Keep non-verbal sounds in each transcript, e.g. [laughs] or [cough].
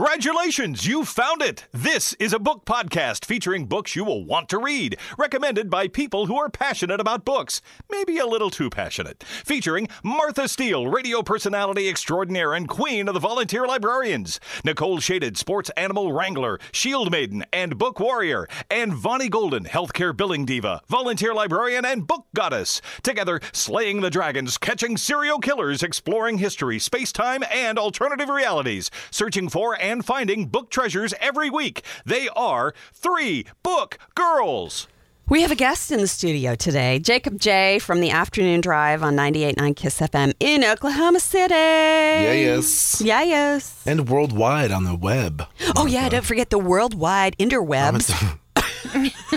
Congratulations, you found it! This is a book podcast featuring books you will want to read, recommended by people who are passionate about books, maybe a little too passionate. Featuring Martha Steele, radio personality extraordinaire and queen of the volunteer librarians, Nicole Shaded, sports animal wrangler, shield maiden, and book warrior, and Vonnie Golden, healthcare billing diva, volunteer librarian, and book goddess. Together, slaying the dragons, catching serial killers, exploring history, space time, and alternative realities, searching for and finding book treasures every week. They are three book girls. We have a guest in the studio today, Jacob J. from the Afternoon Drive on 98.9 KISS FM in Oklahoma City. Yeah, yes. Yeah, yes. And worldwide on the web. Oh, yeah, don't forget the worldwide interwebs.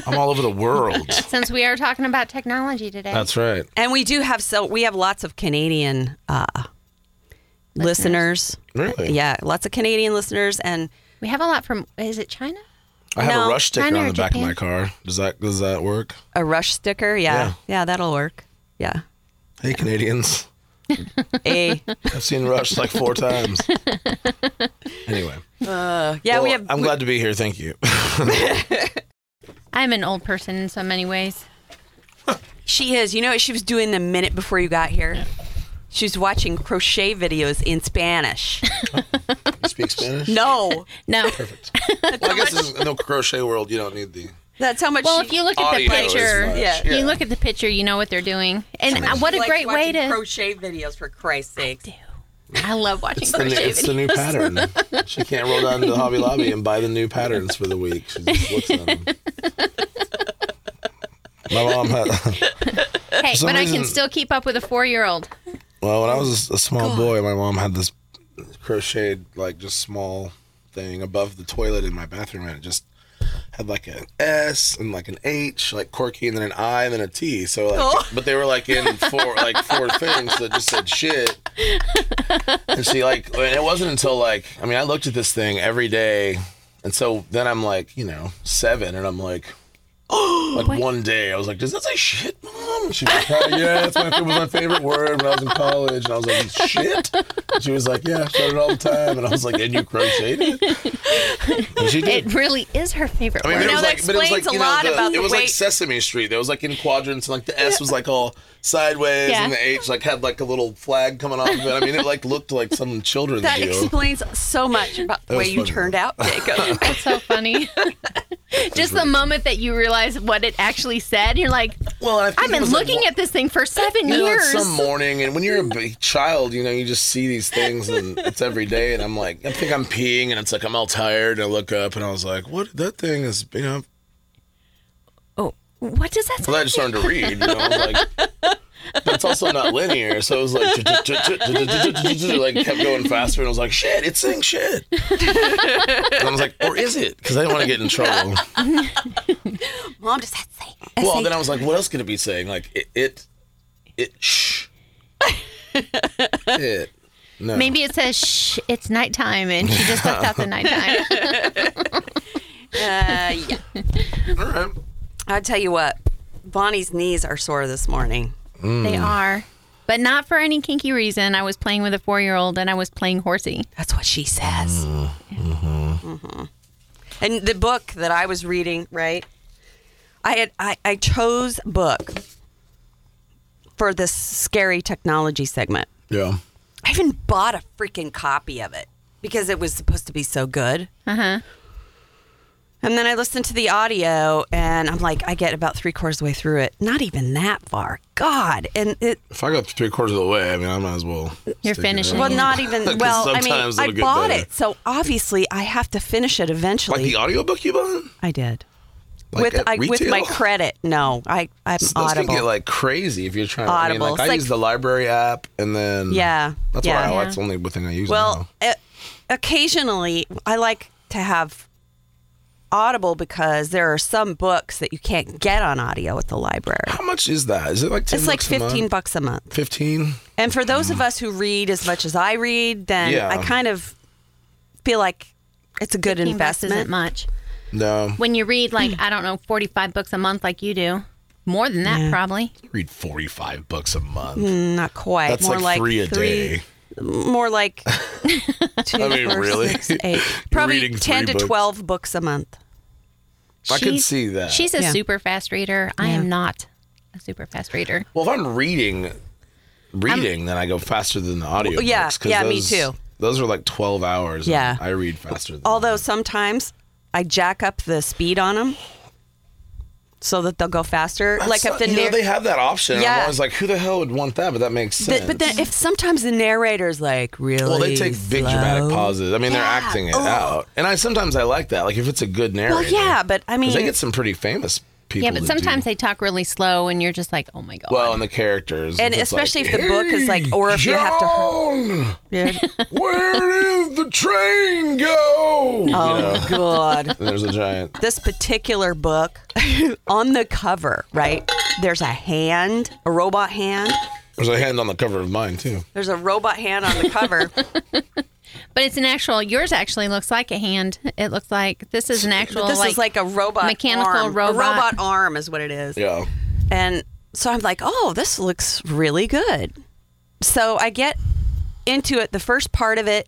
I'm all over the world. Since we are talking about technology [laughs] today, That's right. And we do have so we have lots of Canadian uh, listeners. Oh, Really? Yeah, lots of Canadian listeners and we have a lot from. Is it China? I have No, a rush sticker China on or the back of Japan? my car. Does that does that work? a rush sticker. Yeah. Yeah, Yeah. that'll work. Yeah. Hey Canadians. [laughs] A I've seen Rush [laughs] like four times. Anyway. Yeah, Well, we have I'm glad to be here. [laughs] Thank you. I'm an old person in so many ways. She is. You know what she was doing the minute before you got here? She was watching crochet videos in [laughs] Spanish. You speak Spanish? No. [laughs] No. Well, I guess this is, in the crochet world, you don't need the That's how much Well, she, if you look at the audio. as picture, much. Yeah. you look at the picture, you know what they're doing. And uh, what a likes great way watching to. crochet videos for Christ's sake. I love watching It's the, new, crochet it's the new videos. pattern. She can't roll down to Hobby Lobby and buy the new patterns for the week. She just looks [laughs] at them. My mom had. Hey, some but I can reason- still keep up with a four-year-old. Well, when I was a small boy, my mom had this crocheted, like, just small thing above the toilet in my bathroom, and it just had like an S and like an H, like quirky, and then an I and then a T. So, like, but they were like in four, like four things that just said shit. And she like, and it wasn't until like, I mean, I looked at this thing every day, and so then I'm like, you know, seven, and I'm like. Like one day, I was like, "Does that say shit, mom?" And She was like, "Oh, "Yeah, that's my, it was my favorite word when I was in college." And I was like, "Shit." And she was like, "Yeah, I said it all the time." And I was like, "And you crocheted?" it?" And she did. It really is her favorite I mean, word. it No, was that like, but it was explains like, a you know, lot the, about it the was way- like Sesame Street. That was like in quadrants, and like the S was like all sideways, Yeah. and the H like had like a little flag coming off of it. I mean, it like looked like some children's That deal. explains so much about the That way was you funny. turned out, Jacob. [laughs] That's so funny. [laughs] Just the moment that you realize what it actually said, you're like, well, and I think I've it been was, like, looking at this thing for seven you know, years. it's some morning, and when you're a b- child, you know, you just see these things, and it's every day. And I'm like, I think I'm peeing, and it's like I'm all tired. And I look up, and I was like, what? That thing is, you know. oh, what does that Well, I just learned to read. You know, I was [laughs] like. But it's also not linear, so it was like [laughs] like kept going faster, and I was like, "Shit, it's saying shit." And I was like, "Or is it?" Because I didn't want to get in trouble. Mom just had to say. Well, then I was like, "What else could it be saying?" Like it, it, [laughs] it shh, it. No, Maybe it says Shh, it's nighttime, and she just left [laughs] out the nighttime. Uh, yeah. All right. I tell you what, Bonnie's knees are sore this morning. They Mm. are, but not for any kinky reason. I was playing with a four-year-old, and I was playing horsey. That's what she says. Mm-hmm. hmm And the book that I was reading, right? I had I, I chose book for this scary technology segment. Yeah. I even bought a freaking copy of it because it was supposed to be so good. Uh Uh-huh. huh. And then I listened to the audio and I'm like, I get about three quarters of the way through it. Not even that far. God. And it If I got three quarters of the way, I mean, I might as well. You're stick it finishing. out. well not even [laughs] 'Cause well, I mean sometimes I it'll get bought better. it, so obviously I have to finish it Like eventually. the audiobook you bought? I did. Like with at I, with my retail? credit. No, I I'm Those can audible. get like crazy if you're trying. to I mean, Audible. like It's I like- use the library app, and then Yeah, that's yeah. why I, that's the only thing I use. well, now. uh, occasionally I like to have audible because there are some books that you can't get on audio at the library. how much is that? Is it like 10 It's like bucks a month? 15 bucks a month. 15? And for those of us who read as much as I read, then Yeah. I kind of feel like it's a good isn't investment. much. No, When you read like I don't know, forty-five books a month, like you do, more than that probably. read forty five bucks a month. Mm, Not quite. That's More like, like three a day. more [laughs] like two, I [laughs] mean, four, really? six, eight. probably reading three ten to books. twelve books a month. I can She's- see that. She's a Yeah. super fast reader. I am not a super fast reader. Well, if I'm reading, reading, then I go faster than the audio. yeah, yeah, me too. Those are like twelve hours. and Yeah. I read faster. Than Although sometimes I jack up the speed on them so that they'll go faster. like if That's the not- you know, narr- they have that option. Yeah. Yeah. I'm always like, who the hell would want that? But that makes sense. the- but then if sometimes the narrator's like really well, they take big dramatic slow. pauses. I mean, they're Yeah. Oh. acting it out, and I sometimes I like that. Like if it's a good narrator. Well, yeah, but I 'Cause mean, they get some pretty famous people. Yeah, but to sometimes do. they talk really slow, and you're just like, oh my god. Well, and the characters, and if it's especially like, if the book is like, or if you have to. John, [laughs] Yeah. where did the train go? [laughs] Oh You know, God. and there's a giant. this particular book [laughs] on the cover, right? There's a hand, a robot hand. There's a hand on the cover of mine too. There's a robot hand on the [laughs] cover. but it's an actual. Yours actually looks like a hand. It looks like this is an actual. this like, is like a robot mechanical arm. robot. A robot arm is what it is. Yeah. And so I'm like, "Oh, this looks really good." So I get into it the first part of it.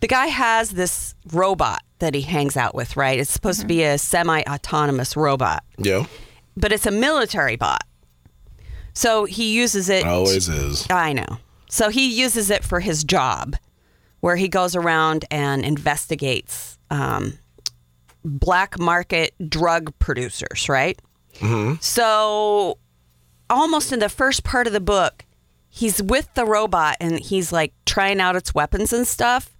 The guy has this robot that he hangs out with, right? It's supposed to be a semi-autonomous robot. Yeah. but it's a military bot. So he uses it. Always is. I know. So he uses it for his job, where he goes around and investigates um, black market drug producers, right? So, almost in the first part of the book, he's with the robot and he's like trying out its weapons and stuff.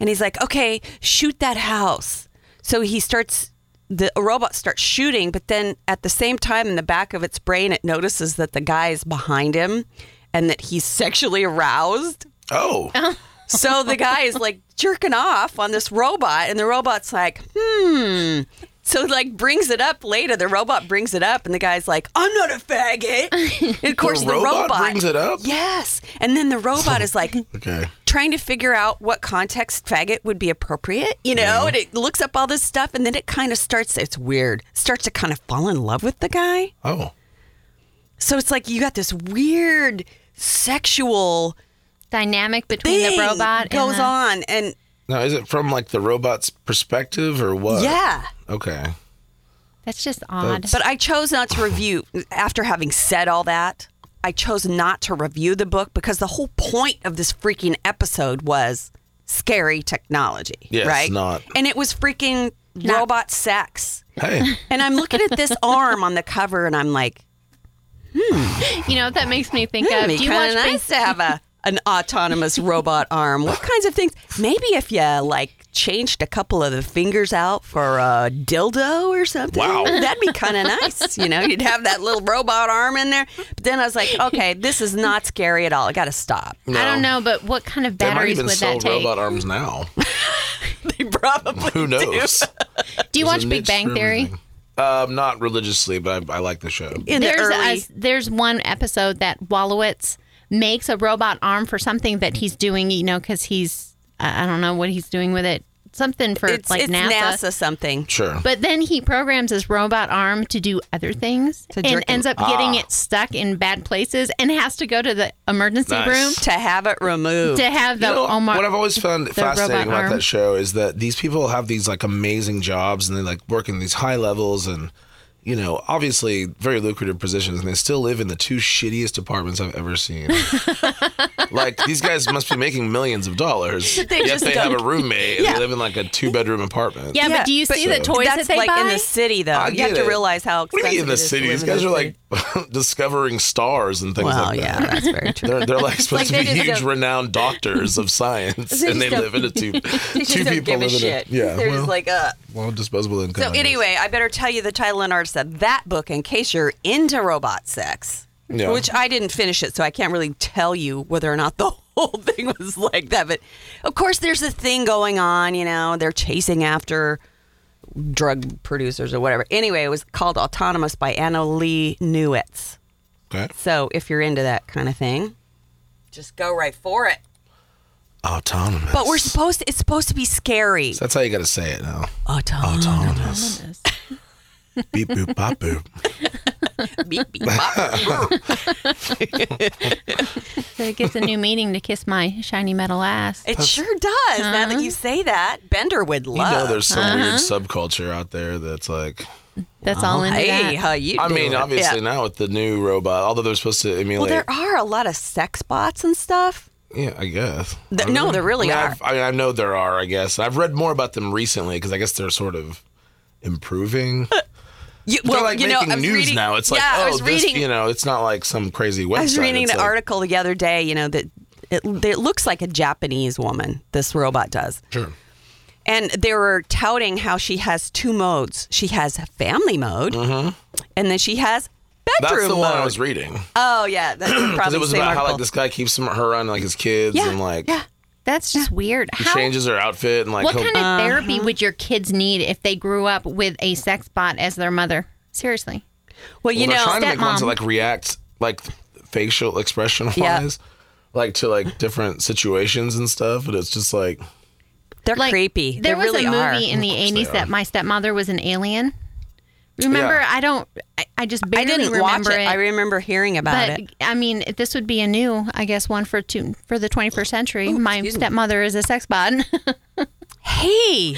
And he's like, okay, shoot that house. So he starts, the robot starts shooting, but then at the same time, in the back of its brain, it notices that the guy is behind him and that he's [laughs] sexually aroused. Oh. Uh-huh. So the guy is like jerking off on this robot, and the robot's like, hmm. So like brings it up later. The robot brings it up, and the guy's like, "I'm not a faggot." And of course, the, robot brings it up? Yes, and then the robot is like Okay. trying to figure out what context faggot would be appropriate, you know. And it looks up all this stuff, and then it kind of starts. It's weird. Starts to kind of fall in love with the guy. Oh. So it's like you got this weird sexual dynamic between thing the robot goes and the, on, and Now, is it from like the robot's perspective or what? yeah. Okay. That's just odd. But I chose not to review after having said all that. I chose not to review the book because the whole point of this freaking episode was scary technology, Yes, right? not- And it was freaking robot sex. [laughs] Hey. And I'm looking at this arm on the cover and I'm like, you know what that makes me think yeah, of? it'd Do be you kind watch of Hmm, nice to have a an [laughs] autonomous robot arm. What kinds of things? Maybe if you like changed a couple of the fingers out for a dildo or something. [laughs] Wow. that'd be kind of nice. You know, you'd have that little robot arm in there. But then I was like, okay, this is not scary at all. I got to stop. [laughs] I don't know, but what kind of They might batteries even would sell that take? robot arms [laughs] now. They probably Who knows? Do you It's a watch niche Big Bang for Theory? everything. Um, not religiously, but I, I like the show. in the there's a- early. there's one episode that Wallowitz makes a robot arm for something that he's doing, you know, because he's I I don't know what he's doing with it, something for it's like it's NASA. NASA. something. Sure. But then he programs his robot arm to do other things To and jerk him. ends up Ah. getting it stuck in bad places and has to go to the emergency Nice. room To have it removed. to have the You know, Omar. what I've always found fascinating robot about arm. that show is that these people have these like amazing jobs and they like work in these high levels and you know obviously very lucrative positions and they still live in the two shittiest apartments I've [laughs] ever seen. like these guys must be making millions of dollars. yet just they have a don't- roommate and Yeah. they live in like a two bedroom apartment. yeah, but do you see the toys that's that they like buy? in the city, though. I you have get to it. realize how What expensive do you mean in the it is to city? live These in the guys are city. like [laughs] discovering stars and things Well, like that. yeah, that's [laughs] very true. They're, they're [laughs] like supposed they to be just huge, don't- renowned [laughs] doctors of science, and they just [laughs] live in a two They just two don't people give a living shit. in yeah. They're well, just like, uh. well, disposable income. So I guess. anyway, I better tell you the title and artist of that book in case you're into robot sex. Yeah. Which I didn't finish it, so I can't really tell you whether or not [laughs] the whole thing was like that. But of course, there's a thing going on, you know, they're chasing after drug producers or whatever. Anyway, it was called Autonomous by Anna Lee Newitz. okay. So if you're into that kind of thing, just go right for it. autonomous. But we're supposed to, it's supposed to be scary. That's how you got to say it now. [laughs] Autonomous. Autonomous. Beep boop bop boop. [laughs] Beep, beep, bop. So it gets a new meaning to kiss my shiny metal [laughs] ass. it sure does. Now that you say that, Bender would You love. know, there's some Uh-huh. weird subculture out there that's like. That's all in hey, that. how you? I mean, doing? obviously Yeah. now with the new robot, although they're supposed to Well, emulate. there are a lot of sex bots and stuff. yeah, I guess. Th- no, there really I mean, are. I've- I, mean, I know there are. I guess I've read more about them recently because I guess they're sort of [laughs] improving. You, they're like you know, making I was news reading- now. It's like, yeah, oh, I was this, reading. you know, it's not like some crazy website. I was reading It's the like- article the other day. You know that it, it looks like a Japanese woman. This robot does. Sure. And they were touting how she has two modes. She has family mode, and then she has Mm-hmm. That's bedroom the mode. one I was reading oh yeah, [clears throat] that's because probably it was the same about how article. like this guy keeps him, her on like his kids yeah, and like yeah. Uh-huh. That's just weird. he How, changes her outfit and like what he'll- kind of therapy would your kids need if they grew up with a sex bot as their mother? Seriously. Well, you Well, they're know, trying to make ones that stepmom. like react like facial expression wise, Yeah. like to like different situations and stuff. But it's just [laughs] like they're Like, creepy. There they was really a are. movie in the eighties that my stepmother was an alien. Remember, Yeah. I don't. I, I just I barely didn't watch remember it. it. I remember hearing about but it. I mean, this would be a new, I guess, one for two for the twenty first century. my excuse me. stepmother is a sex bot. [laughs] Hey,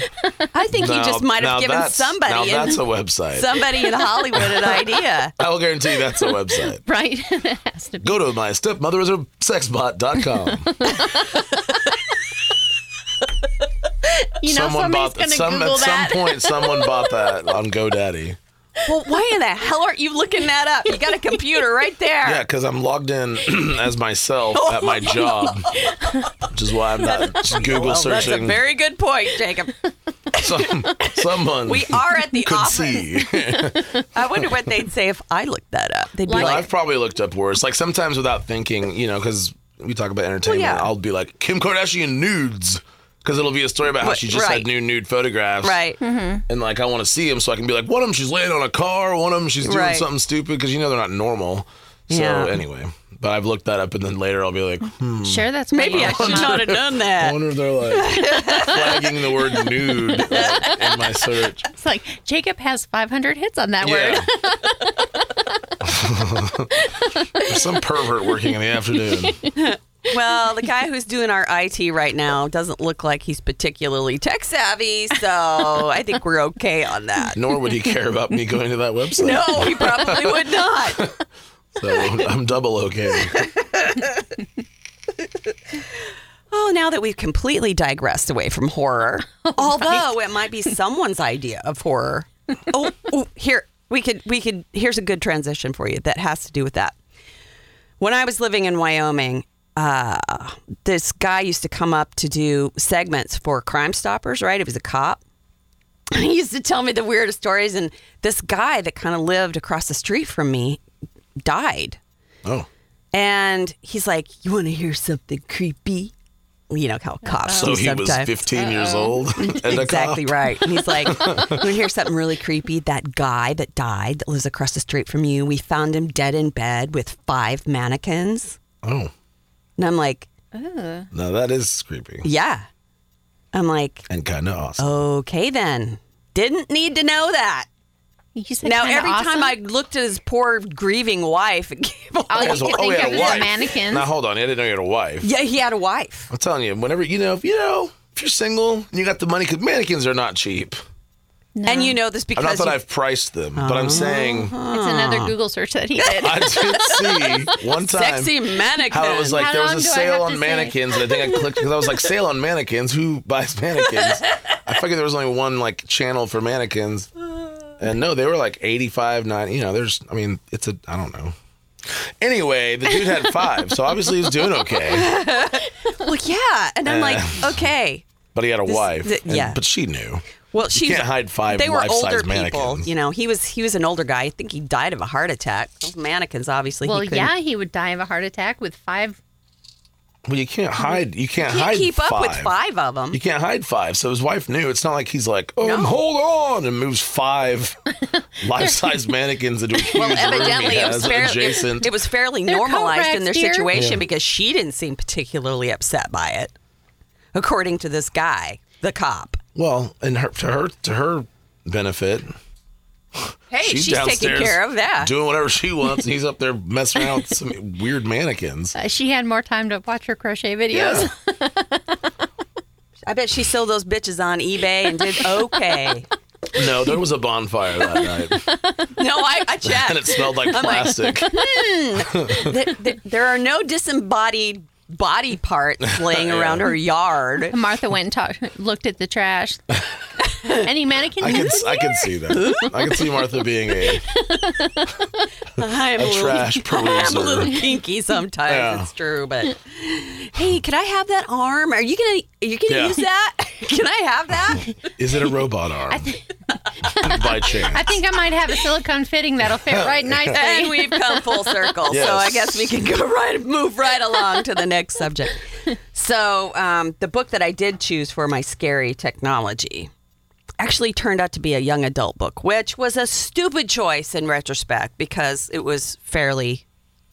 I think you now- just might now have given that's- Now somebody in, [laughs] that's a website. somebody in Hollywood [laughs] an idea. I will guarantee you [laughs] that's a website. right? [laughs] It has to be. Go to my stepmother is a sexbot.com. You know, somebody's bought going to some Google at some [laughs] that. point. Someone bought that on GoDaddy. Well, why in the hell aren't you looking that up? You got a computer right there. Yeah, because I'm logged in [clears throat] [laughs] as myself at my job, which is why I'm not just Google That's a searching. very good point, Jacob. [laughs] some, someone We are at the could office. [laughs] see. I wonder what they'd say if I looked that up. They'd be Like- like, Well, I've probably looked up worse. Like sometimes without thinking, you know, because we talk about entertainment, yeah. I'll be like Kim Kardashian nudes because it'll be a story about how Wh- she just right. had new nude photographs, [laughs] right. And like I want to see them so I can be like, one of them she's laying on a car, one of them she's doing Right. something stupid because you know they're not normal. So Yeah. anyway, but I've looked that up and then later I'll be [laughs] like, hmm, Sure, that's what Maybe you I want. should not have done I that. wonder if they're like flagging the word nude like, in my [laughs] search. [laughs] It's like Jacob has 500 hits on that word. [laughs] Yeah. [laughs] There's some pervert working in the afternoon. Well, the guy who's doing our IT right now doesn't look like he's particularly tech savvy, so I think we're okay on [laughs] that. Nor would he care about me going to that website. No, he probably would not. So I'm double okay. Oh, now that we've completely digressed away from horror, although it might be someone's idea of horror. Oh, oh, here we could we could here's a good transition for you that has to do with that. When I was living in Wyoming, uh, this guy used to come up to do segments for Crime Stoppers. Right, it was a cop. [laughs] He used to tell me the weirdest stories, and this guy that kind of lived across the street from me died Oh. and he's like, "You want to hear something creepy?" You know how cops So do he was sometimes. 15 years old. And exactly right. And he's [laughs] like, "You want to hear something really creepy? That guy that died that lives across the street from you. We found him dead in bed with five mannequins." A cop. And I'm like, Oh, now that is creepy "Yeah." I'm like, and kind of awesome. "Okay then." Didn't need to know that. You said Now kinda every awesome. time I looked at his poor grieving wife, it gave all away. you As [laughs] a- could think he had of a was wife. mannequins. Now hold on, I didn't know you had a wife. Yeah, he had a wife. I'm telling you, whenever you know, if you know, if you're single and you got the money, because mannequins are not cheap. And you know this I'm not because that you- I've priced them, but Oh. I'm saying It's another Google search that he [laughs] did. [laughs] I did see one time sexy mannequin. how it was like How there was long a do I sale have on to mannequins, and I think I clicked because I was [laughs] like, sale on mannequins. Who buys mannequins? I figured there was only one like channel for mannequins, and no, they were like 85, 90. You know, there's, I mean, it's a, I don't know. Anyway, the dude had five, so obviously he was doing okay. Well, yeah, and I'm like, okay. But he had a wife, th- and- yeah. but she knew. Well, she's can't hide five They were life-size older people, mannequins. you know. He was he was an older guy. I think he died of a heart attack. Those mannequins, obviously. well, he couldn't- yeah, he would die of a heart attack with five. Well, you can't hide. You can't, Can't hide. keep up with five of them. You can't hide five. So his wife knew. It's not like he's like, oh, No. hold on, and moves [laughs] five life-size mannequins into a huge Well, room evidently he it has was fairly adjacent. it was fairly They're normalized correct, in their dear. situation because she didn't seem particularly upset by it, according to this guy, the cop. well, and her, to her to her benefit, Hey, she's, taking care of that. Doing [laughs] whatever she wants. and he's up there messing around with some weird mannequins. Uh, she had more time to watch her crochet videos. I bet she sold those bitches on eBay and did [laughs] okay. No, there was a bonfire that night. no, I, I checked. And it [laughs] smelled like plastic. Th- th- there are no disembodied body [laughs] parts laying around her yard. [laughs] [laughs] Martha went and talked, [laughs] looked at [laughs] the trash. Any mannequin? I can I can see that. I can see Martha being a, I'm a trash [laughs] I'm a little peruser. kinky sometimes. Yeah. It's true, but hey, could I have that arm? Are you gonna are you gonna Yeah. use that? [laughs] Can I have that? [laughs] Is it a [laughs] robot arm? By chance. I think I might have a silicone fitting that'll [laughs] fit right nicely. and we've come full [laughs] circle. Yes. So I guess we can go right, move right along to the next subject. So um, the book that I did choose for my scary technology actually turned out to be a young adult book, which was a stupid choice in retrospect because it was fairly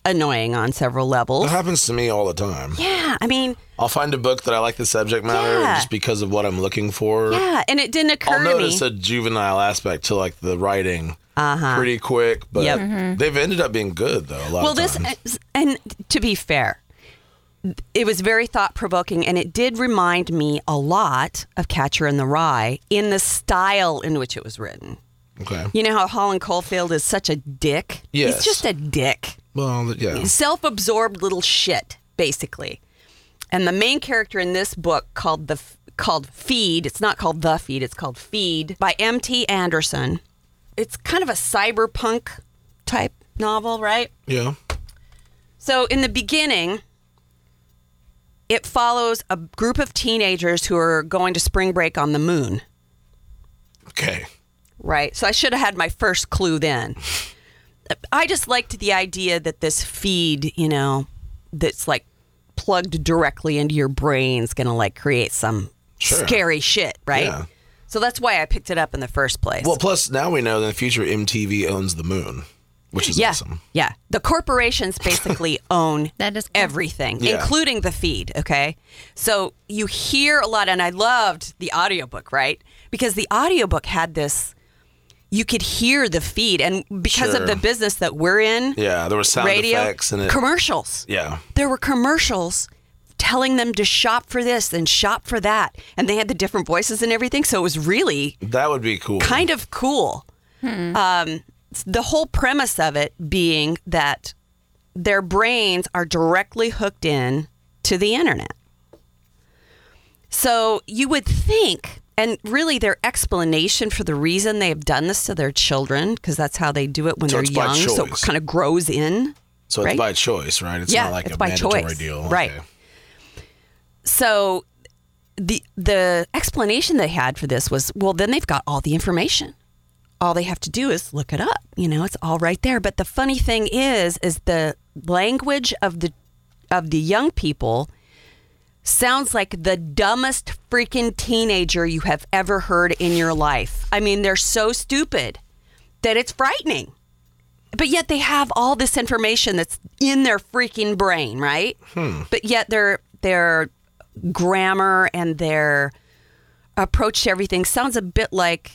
annoying on several levels. That happens to me all the time. Yeah, I mean, I'll find a book that I like the subject matter Yeah. just because of what I'm looking for. yeah, and it didn't I'll occur to me. notice a juvenile aspect to like the writing pretty quick, but Uh-huh. Mm-hmm. Yep. they've ended up being good though. A lot well of this times. and to be fair it was very thought provoking and it did remind me a lot of Catcher in the Rye in the style in which it was written. okay. You know how Holland Caulfield is such a dick? Yes. He's just a dick. Well, th- yeah. Self absorbed little shit, basically. And the main character in this book called the called Feed, it's not called The Feed, it's called Feed by M.T. Anderson. It's kind of a cyberpunk type novel, right? Yeah. So in the beginning, it follows a group of teenagers who are going to spring break on the moon, Okay. right? So I should have had my first clue then. I just liked the idea that this feed, you know, that's like plugged directly into your brain is going to like create some Sure. scary shit, right? Yeah. So that's why I picked it up in the first place. Well, plus now we know in the future MTV owns the moon, which is yeah, awesome. yeah. The corporations [laughs] basically own That is cool. everything, Yeah. including the feed. Okay. So you hear a lot, and I loved the audiobook, right? Because the audiobook had this, you could hear the feed. And because Sure. of the business that we're in, Yeah, there were sound radio, effects and it. commercials. yeah. There were commercials telling them to shop for this and shop for that. And they had the different voices and everything. So it was really That would be cool. kind of cool. Hmm. Um, s- the whole premise of it being that their brains are directly hooked in to the internet. So you would think, and really their explanation for the reason they have done this to their children, because that's how they do it when So they're it's by young, so it choice. kind of grows in. so it's right? by choice, right? It's Yeah, not like it's a by mandatory choice. deal. Right. Okay. So the the explanation they had for this was, well, then they've got all the information. All they have to do is look it up. You know, it's all right there. But the funny thing is, is the language of the of the young people sounds like the dumbest freaking teenager you have ever heard in your life. I mean, they're so stupid that it's frightening. But yet they have all this information that's in their freaking brain, right? Hmm. But yet their their grammar and their approach to everything sounds a bit like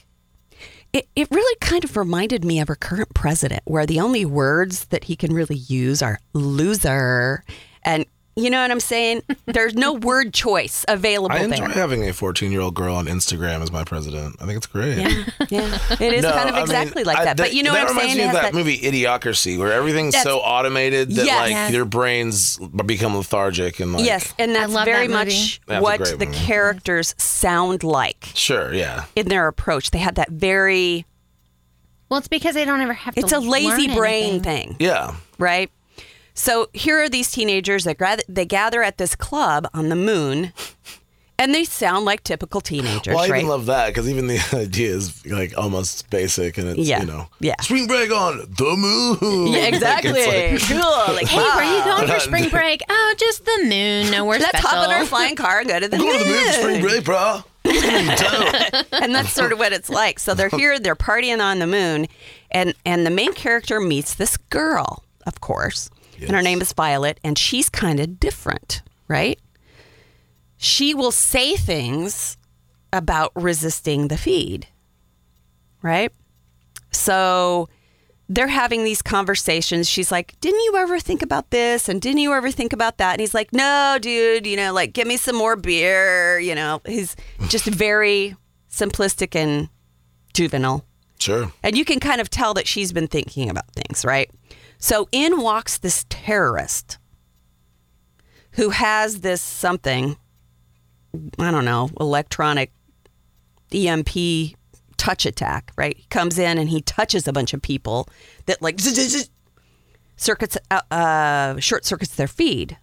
it, it really kind of reminded me of our current president, where the only words that he can really use are loser. And you know what I'm [laughs] saying? There's no word choice available I enjoy there. having a 14 year old girl on Instagram as my president. I think it's great. Yeah. It is No, kind of I mean, exactly like I- that. But you know what I'm reminds saying? me It of has that, that- movie Idiocracy, where everything's so automated that Yes. like Yes. your brains become lethargic and like. yes, and that's love that very movie. much That's a what great the movie. characters sound like Sure. Yeah. in their approach. They had that very [laughs] Well, it's because they don't ever have. it's a to lazy learn brain anything. thing. Yeah. right? So here are these teenagers that gather, they gather at this club on the moon, and they sound like typical teenagers, Well, I right? even love that because even the [laughs] idea is like almost basic and it's, Yeah. you know, Yeah. spring break on the moon. yeah, [laughs] Like, it's exactly. like- cool. [laughs] Like, Hey, where are you wow. going for [laughs] spring break? Oh, just the moon. No, we're Ah. Let's hop in our special. flying car and go to the Go to the moon for spring moon. break, bro. It's gonna be dope. [laughs] and that's sort of what it's like. So they're here, they're partying on the moon, and and the main character meets this girl, of course, and her Yes. name is Violet, and she's kind of different, right? She will say things about resisting the feed, right? So they're having these conversations. She's like, Didn't you ever think about this? And didn't you ever think about that? And he's like, No, dude, you know, like, give me some more beer. You know, he's just very simplistic and juvenile. Sure. And you can kind of tell that she's been thinking about things, right? So in walks this terrorist who has this something, I don't know, electronic EMP touch attack, right? He comes in and he touches a bunch of people that like zzz, zzz, zzz, circuits, uh, uh, short circuits their feed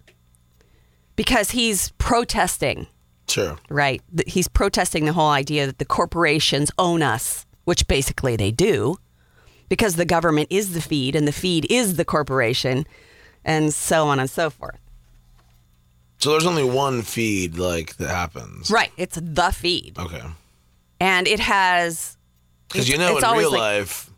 because he's protesting Sure. right? Th- He's protesting the whole idea that the corporations own us, which basically they do, because the government is the feed and the feed is the corporation, and so on and so forth. So there's only one feed like that happens. Right? It's the feed, Okay. and it has Because It's- you know, it's in always real like- life,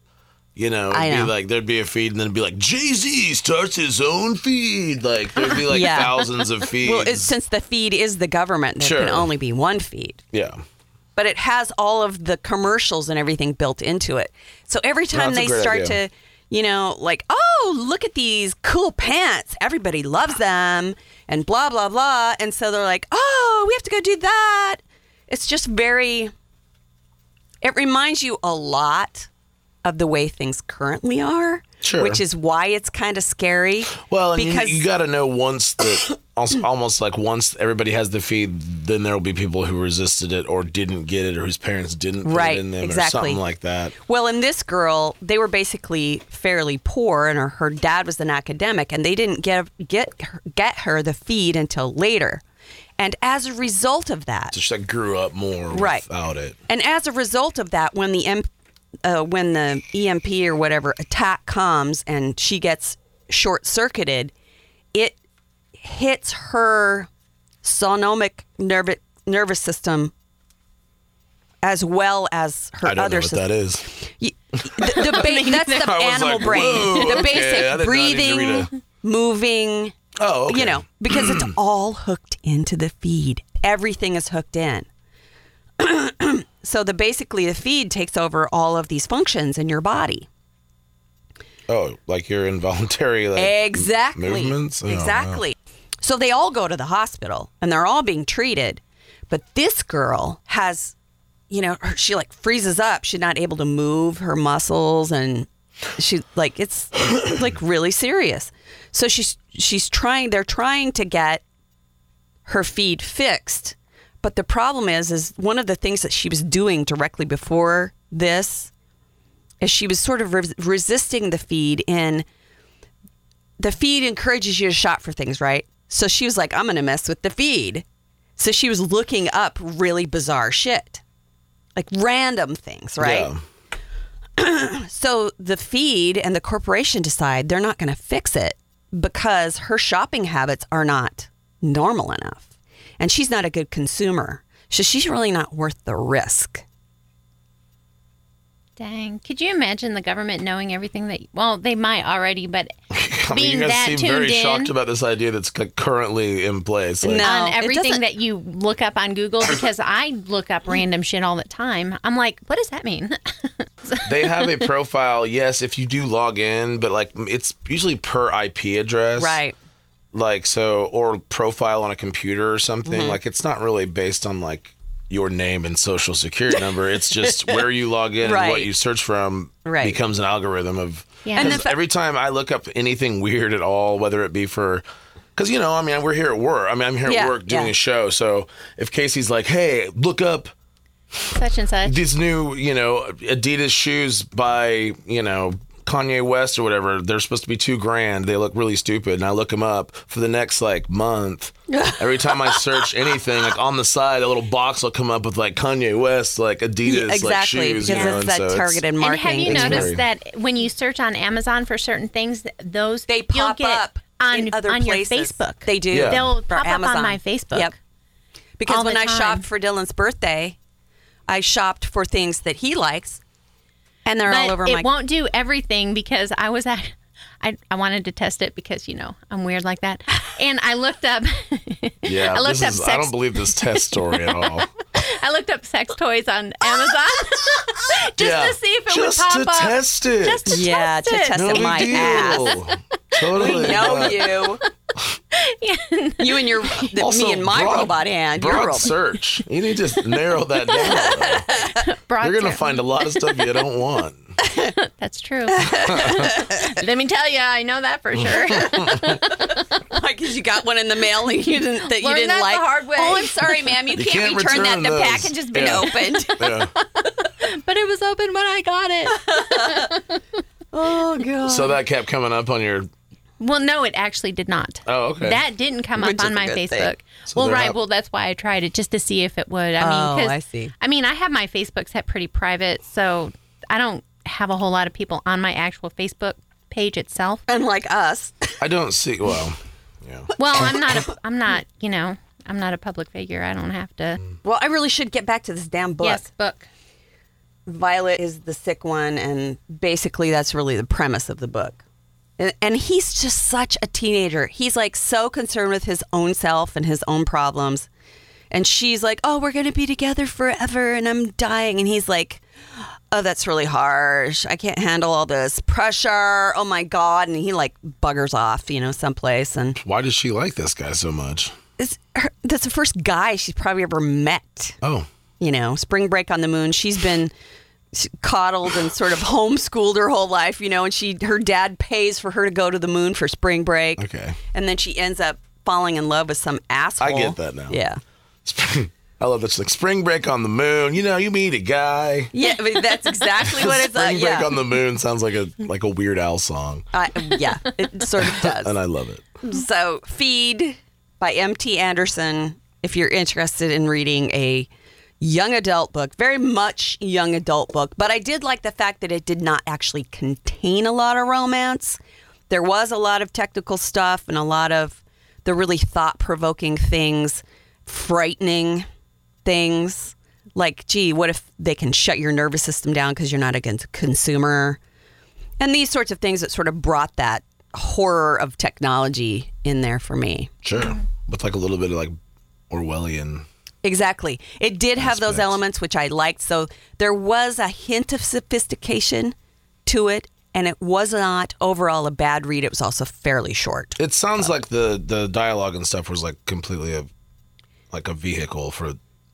you know, it'd I know. be like there'd be a feed, and then it'd be like Jay Z starts his own feed. Like there'd be like [laughs] Yeah. thousands of feeds. well, it's, since the feed is the government, there Sure. can only be one feed. yeah. but it has all of the commercials and everything built into it. So every time that's a they great start idea. to, you know, like, oh, look at these cool pants. Everybody loves them and blah, blah, blah. And so they're like, oh, we have to go do that. It's just very, it reminds you a lot of the way things currently are. Sure. Which is why it's kind of scary. Well, and because you, you got to know once that also, almost like once everybody has the feed, then there will be people who resisted it or didn't get it or whose parents didn't put Right, it in them or exactly. something like that. Well, and this girl, they were basically fairly poor, and her, her dad was an academic, and they didn't get get her, get her the feed until later. And as a result of that, So she like, grew up more Right. without it. and as a result of that, when the M, uh, when the EMP or whatever attack comes, and she gets short circuited, it hits her sonomic nervous nervous system as well as her I don't know other what system. that is. Y- the, the ba- that's the [laughs] I was animal like, brain. "Whoa, okay, the I did basic not need to read breathing, moving. Oh, okay. You know, because [clears throat] it's all hooked into the feed. Everything is hooked in. [clears throat] so the basically the feed takes over all of these functions in your body. Oh, like your involuntary like Eh, Exactly. movements. Oh, wow. exactly. So they all go to the hospital and they're all being treated. But this girl has, you know, her- she like freezes up. She's not able to move her muscles and she like it's like really serious. So she's she's trying they're trying to get her feed fixed. But the problem is is one of the things that she was doing directly before this is she was sort of res- resisting the feed in the feed encourages you to shop for things, right? So she was like, I'm going to mess with the feed. So she was looking up really bizarre shit, like random things, right? Yeah. So the feed and the corporation decide they're not going to fix it because her shopping habits are not normal enough. And she's not a good consumer. So she's really not worth the risk. Dang. Could you imagine the government knowing everything that, well, they might already, but [laughs] I mean, being you guys that seem tuned very in shocked about this idea that's cu- currently in place. Like, No. on it everything doesn't- that you look up on Google, because I look up random shit all the time. I'm like, what does that mean? [laughs] [laughs] they have a profile, yes, if you do log in, but like it's usually per IP address. Like so or profile on a computer or something. Mm-hmm. Like it's not really based on like your name and social security number. It's [laughs] just where you log in and what Right. you search from Right. becomes an algorithm of Yeah. And the 'cause fa- every time I look up anything weird at all, whether it be for because you know, I mean, we're here at work. I mean, I'm here at Yeah, work doing yeah. a show. So if Casey's like, "Hey, look up such and such. these new, you know, Adidas shoes by, you know, Kanye West or whatever, they're supposed to be two grand. They look really stupid. And I look them up for the next like [laughs] month. Every time I search anything, like on the side, a little box will come up with like Kanye West, like Adidas, like exactly. shoes. because you know, it's and that so it's- targeted marketing. And have you very- noticed that when you search on Amazon for certain things, th- those they you'll pop get up on in other on places. your Facebook? They do. Yeah. They'll For pop up Amazon. on my Facebook. Yep. Because All the when I time. shopped for Dylan's birthday, I shopped for things that he likes, and they're But all over it my. won't do everything because I was at. [laughs] I, I wanted to test it because you know I'm weird [laughs] like that, and I looked up. [laughs] Yeah, I looked this up is, I sex- don't believe this test story at all. [laughs] I looked up sex toys on Amazon. [laughs] just Yeah. to see if it Just would pop to up. test it. Just to yeah, test to it. test no it, big my [laughs] ass. deal. Totally. Know Yeah. you. You and your, the, me and my broad- robot hand. broad Your robot. [laughs] search. You need to narrow that down. Broad You're gonna term. find a lot of stuff you don't want. [laughs] That's true. [laughs] Let me tell you, I know [laughs] that for sure. because you got one in the mail and you didn't that you Learned didn't that the like. hard way. Oh, I'm sorry, ma'am. You, You can't, can't return that. return The those. package has been Yeah. opened. Yeah. but it was open when I got it. [laughs] [laughs] oh god. So that kept coming up on your. Well, no, it actually did not. Oh, okay. That didn't come Which up is on a my good thing. Facebook. So well, they're right. up- Well, that's why I tried it just to see if it would. I Oh, mean, 'cause- I see. I mean, I have my Facebook set pretty private, so I don't have a whole lot of people on my actual Facebook page itself. Unlike us. I don't see. Well, yeah. Well, I'm not. A, I'm not. You know, I'm not a public figure. I don't have to. Well, I really should get back to this damn book. Yes, book. Violet is the sick one, and basically that's really the premise of the book. And, and he's just such a teenager. He's like so concerned with his own self and his own problems. And she's like, "Oh, we're gonna be together forever," and I'm dying. And he's like, "Oh, that's really harsh. I can't handle all this pressure. Oh my god!" And he like buggers off, you know, someplace. And Why does she like this guy so much? it's her, that's the first guy she's probably ever met Oh, you know, spring break on the moon. She's been s- coddled and sort of homeschooled her whole life, you know, and she her dad pays for her to go to the moon for spring break. Okay. And then she ends up falling in love with some asshole. get that now. Yeah. spring. I love this. Like spring break on the moon. You know, you meet a guy. Yeah, but that's exactly [laughs] what it's spring like. break Uh, Yeah. on the moon sounds like a like a Weird Al song, I- yeah, it sort of [laughs] does. and I love it. So, Feed by M.T. Anderson, if you're interested in reading a young adult book, very much young adult book, but I did like the fact that it did not actually contain a lot of romance. There was a lot of technical stuff and a lot of the really thought provoking things, frightening things. Like, gee, what if they can shut your nervous system down because you're not a cons- consumer? and these sorts of things that sort of brought that horror of technology in there for me. Sure, with like a little bit of like Orwellian. Exactly. It did have those Aspects. elements which I liked. So there was a hint of sophistication to it, and it was not overall a bad read. It was also fairly short. It sounds like the the dialogue and stuff was like completely a like a vehicle for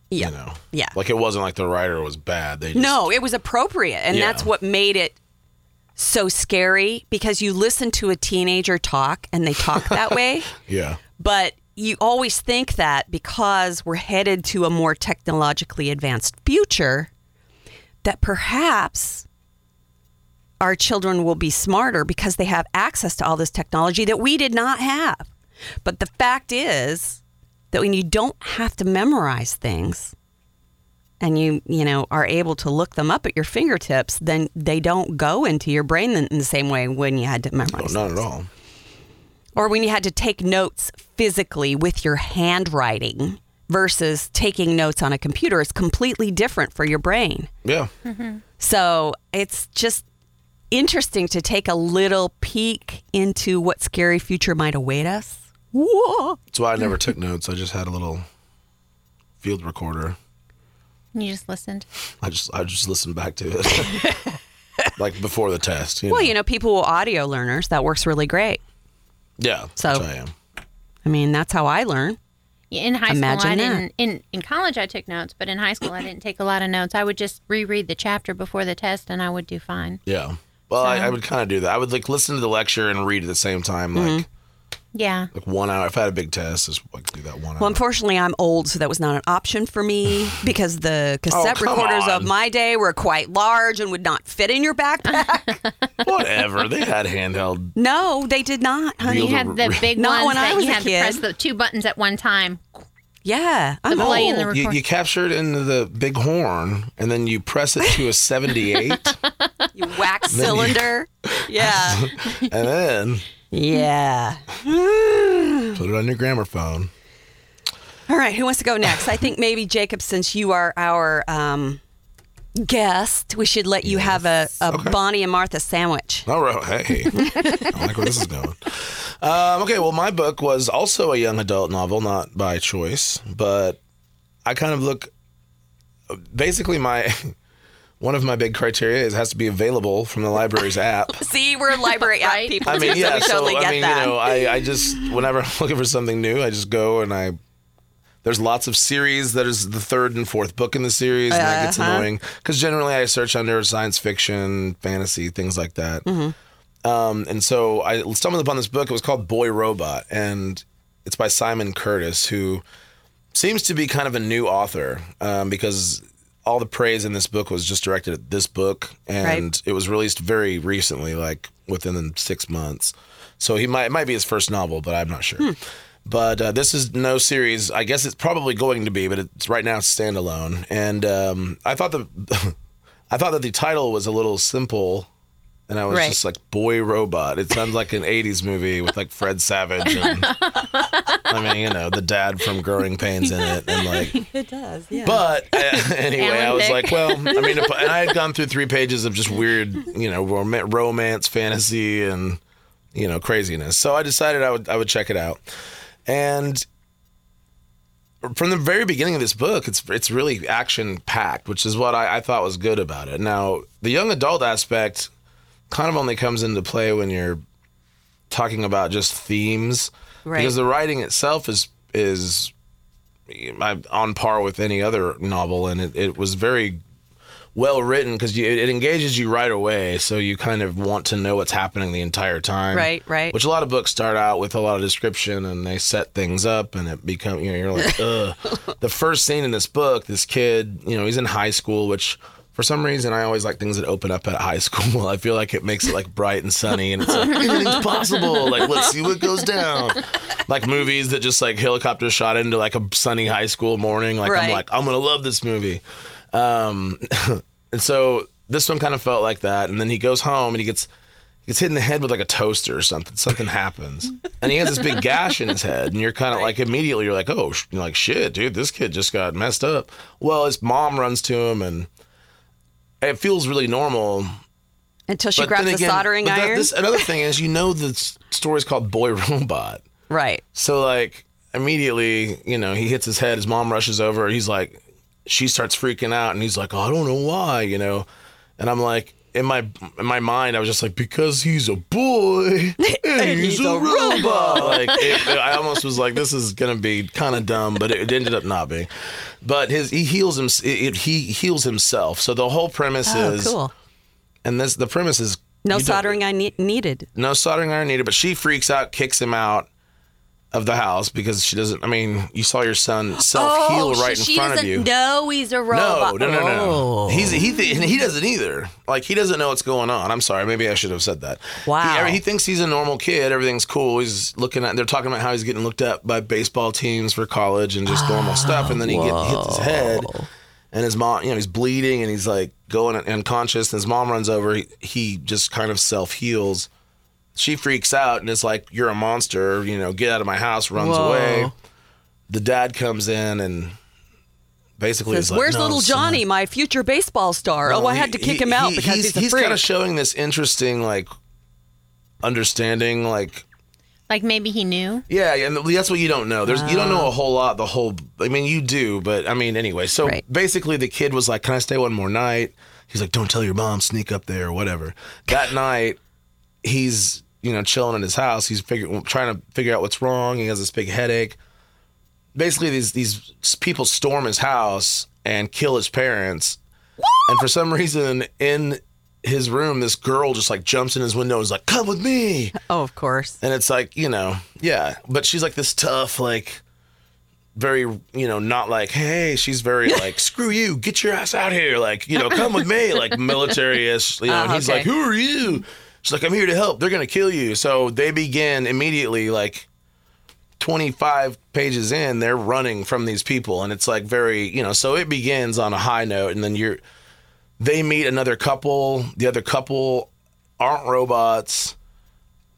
Yeah. you know Yeah. like it wasn't like the writer was bad. They just, No, it was appropriate. And Yeah. that's what made it so scary because you listen to a teenager talk and they talk [laughs] that way. yeah But you always think that because we're headed to a more technologically advanced future, that perhaps our children will be smarter because they have access to all this technology that we did not have. But the fact is that when you don't have to memorize things and you, you know, are able to look them up at your fingertips, then they don't go into your brain in the same way when you had to no, memorize. them not at all. or when you had to take notes physically with your handwriting versus taking notes on a computer is completely different for your brain. Yeah, Mm-hmm. So it's just interesting to take a little peek into what scary future might await us. Whoa. that's why I never [laughs] took notes. I just had a little field recorder. You just listened. I just I just listened back to it [laughs] like before the test. You Well, know? you know, people who are audio learners, that works really great. yeah, So- which I am. I mean, that's how I learn. In high school, Imagine I that. didn't. In, in college, I took notes, but in high school, I didn't take a lot of notes. I would just reread the chapter before the test, and I would do fine. Yeah. Well, I, I would kind of do that. I would like listen to the lecture and read at the same time, like Mm-hmm. Yeah. like one hour. If I had a big test, just like do that one hour. Well, unfortunately, I'm old, so that was not an option for [sighs] me because the cassette Oh, come recorders of on. my day were quite large and would not fit in your [laughs] backpack. [laughs] Whatever. They had handheld. no, they did not, honey. You Field had of- the [laughs] big Not ones when I that was you a had kid. to press the two buttons at one time. Yeah, I'm The play in the old. re- Oh, You, you capture it into the big horn, and then you press it to a seventy-eight, [laughs] You wax [laughs] cylinder. Yeah. and then yeah. put it on your grammar phone. All right, who wants to go next? I think maybe Jacob, since you are our um, guest, we should let you have a, a Bonnie and Martha sandwich. All right. Hey, I like where this is going. Um, okay. Well, my book was also a young adult novel, not by choice, but I kind of look. Basically, my [laughs] One of my big criteria is it has to be available from the library's app. See, we're library [laughs] app Right. people. I mean, too, [laughs] yeah. so we totally get I mean, that. you know, I, I just whenever I'm [laughs] looking for something new, I just go and I. There's lots of series. That is the third and fourth book in the series, and that gets Uh-huh. annoying because generally I search under science fiction, fantasy, things like that. Um, and so I stumbled upon this book. It was called Boy Robot, and it's by Simon Curtis, who seems to be kind of a new author um, because all the praise in this book was just directed at this book, and Right. it was released very recently, like within six months. So he might it might be his first novel, but I'm not sure. But uh, this is no series. I guess it's probably going to be, but it's right now it's standalone. And um, I thought the [laughs] I thought that the title was a little simple, and I was Right. just like, "Boy Robot." It sounds like an '80s movie with like Fred Savage. And, I mean, you know, the dad from Growing Pains in it, and like it does. Yeah. but uh, anyway, Alan I was Dick. like, well, I mean, if, and I had gone through three pages of just weird, you know, rom- romance, fantasy, and you know, craziness. So I decided I would I would check it out, and from the very beginning of this book, it's it's really action packed, which is what I, I thought was good about it. Now, the young adult aspect kind of only comes into play when you're talking about just themes, Right. because the writing itself is is I'm on par with any other novel, and it, it was very well written because it, it engages you right away. So you kind of want to know what's happening the entire time, Right, right. Which a lot of books start out with a lot of description, and they set things up, and it become you know you're like, ugh. the first scene in this book, this kid, you know, he's in high school, which. For some reason, I always like things that open up at high school. [laughs] I feel like it makes it like bright and sunny, and it's like anything's possible. Like let's see what goes down. Like movies that just like helicopter shot into like a sunny high school morning. Like I'm Right. like I'm gonna love this movie. Um, [laughs] And so this one kind of felt like that. And then he goes home and he gets he gets hit in the head with like a toaster or something. Something happens, and he has this big gash in his head. And you're kind of like immediately you're like, oh, sh-, you're like shit, dude, this kid just got messed up. Well, his mom runs to him, and it feels really normal. Until she grabs then the again- soldering but that- iron. this- another thing is, you know, the s- story's called Boy Robot. right. So like immediately, you know, he hits his head. His mom rushes over. He's like, she starts freaking out, and he's like, oh, I don't know why, you know. And I'm like, in my in my mind, I was just like, because he's a boy and he's, a, robot. like it, I almost was like, this is gonna be kind of dumb, but it, ended up not being. But his he heals him. It, he heals himself. So the whole premise Oh, is, cool. and this the premise is No you don't- soldering I ne- needed. no soldering iron needed, but she freaks out, kicks him out of the house because she doesn't. I mean, you saw your son self heal Oh, right in front of you. know he's a No, robot. no, no, Oh. no. He's he th- and he doesn't either. Like he doesn't know what's going on. I'm sorry. Maybe I should have said that. Wow. He, I mean, he thinks he's a normal kid. Everything's cool. He's looking at. They're talking about how he's getting looked at by baseball teams for college and just normal stuff. And then he get, hits his head, and his mom. You know, he's bleeding and he's like going unconscious. And his mom runs over. He, he just kind of self heals. She freaks out and is like, "You're a monster. You know, get out of my house." Runs Whoa. away. The dad comes in and. Basically, Says, is like, Where's "No, little son." Johnny, my future baseball star? oh, Well, I he- had to kick he- him out he- because he's, he's, a freak. kind of showing this interesting, like, understanding. Like, Like maybe he knew. yeah, and that's what you don't know. There's you don't know a whole lot. The whole, I mean, you do, but I mean, anyway. So Right. basically, the kid was like, "Can I stay one more night?" He's like, "Don't tell your mom. Sneak up there or whatever." That night, he's you know chilling in his house. He's figuring, trying to figure out what's wrong. He has this big headache. Basically, these these people storm his house and kill his parents. And for some reason, in his room, this girl just like jumps in his window and is like, "Come with me." oh, of course. And it's like, you know, yeah. But she's like this tough, like very, you know, not like, hey, she's very [laughs] like, screw you, get your ass out here. Like, you know, come with [laughs] me, like military ish. You know, and Ah, he's okay. like, who are you? She's like, I'm here to help. They're going to kill you. So they begin immediately, like 25 pages in, they're running from these people. And it's like very, you know, so it begins on a high note. And then you're, they meet another couple. The other couple aren't robots.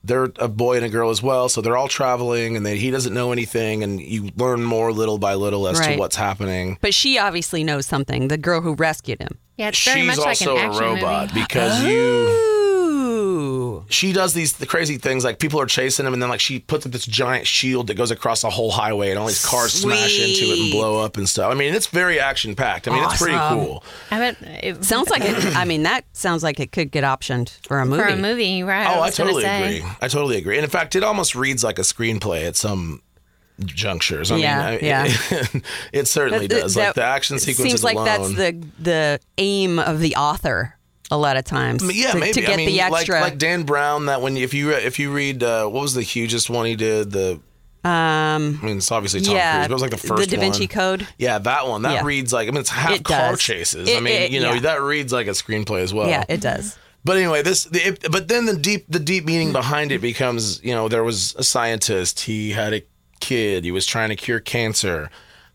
They're a boy and a girl as well, so they're all traveling, and they, he doesn't know anything, and you learn more little by little as to Right. what's happening. But she obviously knows something, the girl who rescued him. Yeah, it's very She's much like also Oh. an action a robot movie. because you Ooh. she does these the crazy things like people are chasing him and then like she puts up this giant shield that goes across the whole highway and all these cars smash into it and Sweet. blow up and stuff. I mean, it's very action packed. I mean, it's pretty Awesome. cool. I bet it, Sounds like it. I mean, that sounds like it could get optioned for a movie. for a movie, right? Oh, I, was gonna totally say. agree. I totally agree. And in fact, it almost reads like a screenplay at some junctures. I Yeah, mean, I, yeah. [laughs] It, certainly That- does. that- like the action it sequences seems like alone. that's the the aim of the author a lot of times. yeah, to, maybe to get I mean, the like- extra. Like, Dan Brown, that when you- if you re- if you read uh, what was the hugest one he did the. Um, I mean, it's obviously Tom yeah, Cruise. But it was like the the first Da Vinci one. Code. Yeah, that one. That Yeah. reads like I mean, it's half It car does. chases. I It- mean, it- you know, yeah. that reads like a screenplay as well. Yeah, it does. But anyway, this the, it, but then the deep the deep meaning behind it becomes you know there was a scientist he had a kid he was trying to cure cancer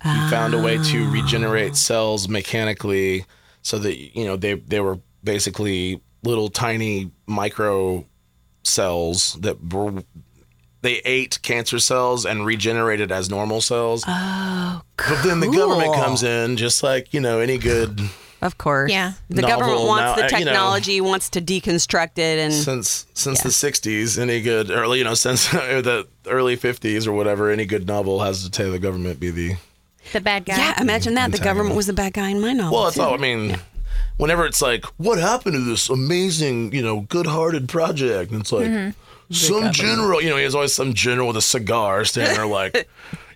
he found a way to regenerate cells mechanically so that you know they they were basically little tiny micro cells that were they ate cancer cells and regenerated as normal cells. Oh, But then the government cool. comes in just like you know any good Of course. Yeah. The Novel government wants now- the uh, you know. technology, wants to deconstruct it, and Mm-hmm. since since the 60s any good early you know since [laughs] or the early 50s or whatever any good novel has to tell the government be the The bad guy. yeah, imagine that. The Antagonist. government was the bad guy in my novel. well it's too. all i mean whenever it's like what happened to this amazing you know good-hearted project and it's like Mm-hmm. some general you know he's always some general with a cigar standing there [laughs] like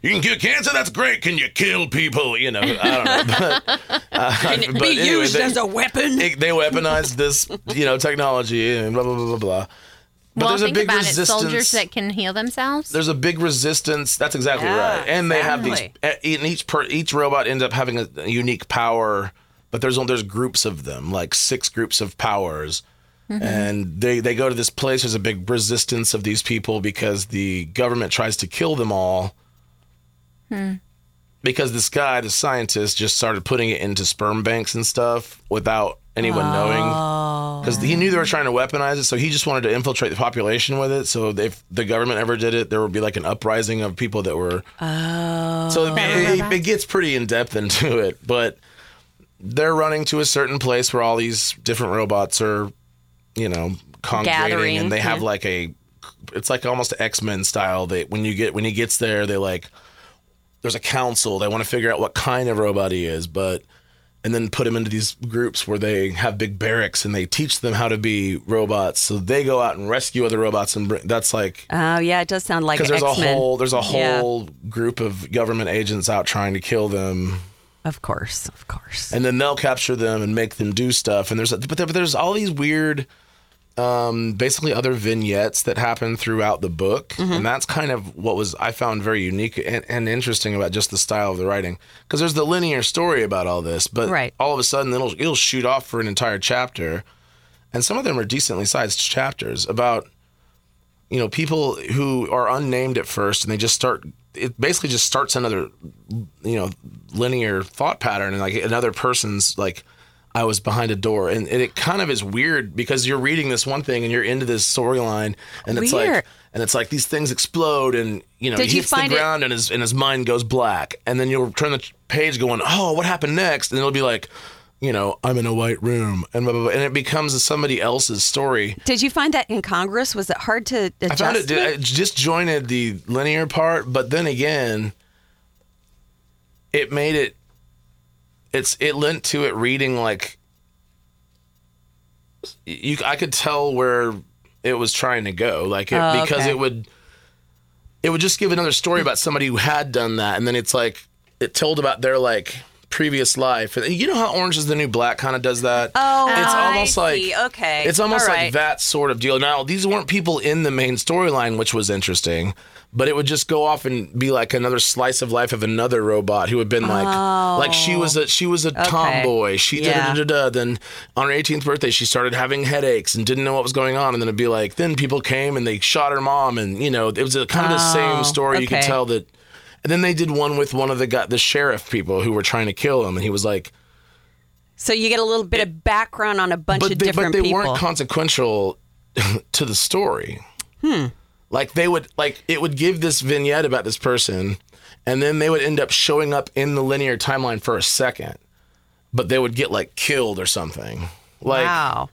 you can cure cancer that's great can you kill people you know i don't know [laughs] uh, Can it but be anyway, used they- as a weapon. they, they weaponized this you know technology and blah blah blah blah blah but well, there's a think big about resistance it. Soldiers that can heal themselves. there's a big resistance. That's exactly Yeah, right. And they exactly. have these. And each per, each robot ends up having a, a unique power, but there's only- there's groups of them, like six groups of powers, Mm-hmm. and they they go to this place. There's a big resistance of these people because the government tries to kill them all. Hmm. Because this guy, the scientist, just started putting it into sperm banks and stuff without anyone Oh. knowing because he knew they were trying to weaponize it, so he just wanted to infiltrate the population with it. So if the government ever did it, there would be like an uprising of people that were. Oh. So it, it, it gets pretty in depth into it, but they're running to a certain place where all these different robots are, you know, congregating, Gathering, and they have yeah. like a. It's like almost X Men style. They when you get when he gets there, they like there's a council. They want to figure out what kind of robot he is, but and then put them into these groups where they have big barracks and they teach them how to be robots. So they go out and rescue other robots and bring, that's like Oh yeah, it does sound like because there's X a Men. whole there's a Yeah. whole group of government agents out trying to kill them, Of course, of course. and then they'll capture them and make them do stuff. And there's a, but, there, but there's all these weird. Um, basically, other vignettes that happen throughout the book, and that's kind of what was I found very unique and, and interesting about just the style of the writing. Because there's the linear story about all this, but Right. all of a sudden it'll it'll shoot off for an entire chapter, and some of them are decently sized chapters about you know people who are unnamed at first and they just start it basically just starts another you know linear thought pattern and like another person's like i was behind a door and, and it kind of is weird because you're reading this one thing and you're into this storyline and it's like Weird. and it's like these things explode and you know Did he you hits the find it- ground and his and his mind goes black and then you'll turn the page going oh what happened next and it'll be like you know i'm in a white room and blah, blah, blah. and it becomes somebody else's story Did you find that incongruous? Was it hard to I adjust? found it di- I disjointed the linear part, but then again, it made it. It's it lent to it reading like you. I could tell where it was trying to go, like it, Oh, because okay. it would. It would just give another story about somebody who had done that, and then it's like it told about their like previous life. And You know how Orange is the New Black kind of does that. Oh, it's I almost like see. okay. it's almost All like right. that sort of deal. Now, these weren't people in the main storyline, which was interesting, but it would just go off and be like another slice of life of another robot who had been like, like she was a she was a tomboy. She da, Oh. Yeah. da, da, da, Then on her 18th birthday, she started having headaches and didn't know what was going on. And then it'd be like, then people came and they shot her mom, and you know, it was a, kind of the same story. You could Oh, okay. tell that. And then they did one with one of the guy, the sheriff people who were trying to kill him, and he was like. So you get a little bit of background on a bunch of different but they people. weren't consequential [laughs] to the story. Hmm. Like they would like it would give this vignette about this person, and then they would end up showing up in the linear timeline for a second, but they would get like killed or something. Like Mm. wow.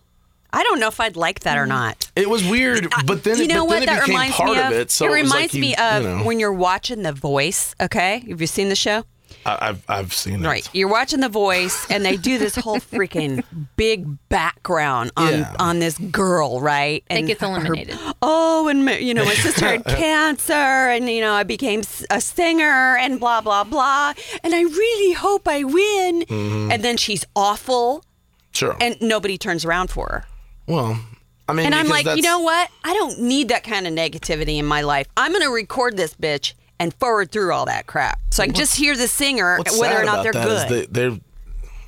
I don't know if I'd like that or not. It was weird, but then you it- know but what then it that became reminds part me of? of it. So was like reminds you- me of you know, when you're watching The Voice. Okay, have you seen the show? I, I've I've seen Right, it. you're watching The Voice, and they do this [laughs] whole freaking big background on Yeah. on this girl, right? It And gets her- eliminated. oh, and my- you know, my sister [laughs] had cancer, and you know, I became s- a singer, and blah blah blah. And I really hope I win. Mm-hmm. And then she's awful, Sure. and nobody turns around for her. well, I mean, And I'm because like, you that's- know what? I don't need that kind of negativity in my life. I'm going to record this bitch and forward through all that crap, so I can just hear the singer, what's whether sad or not about they're that is good. they- they're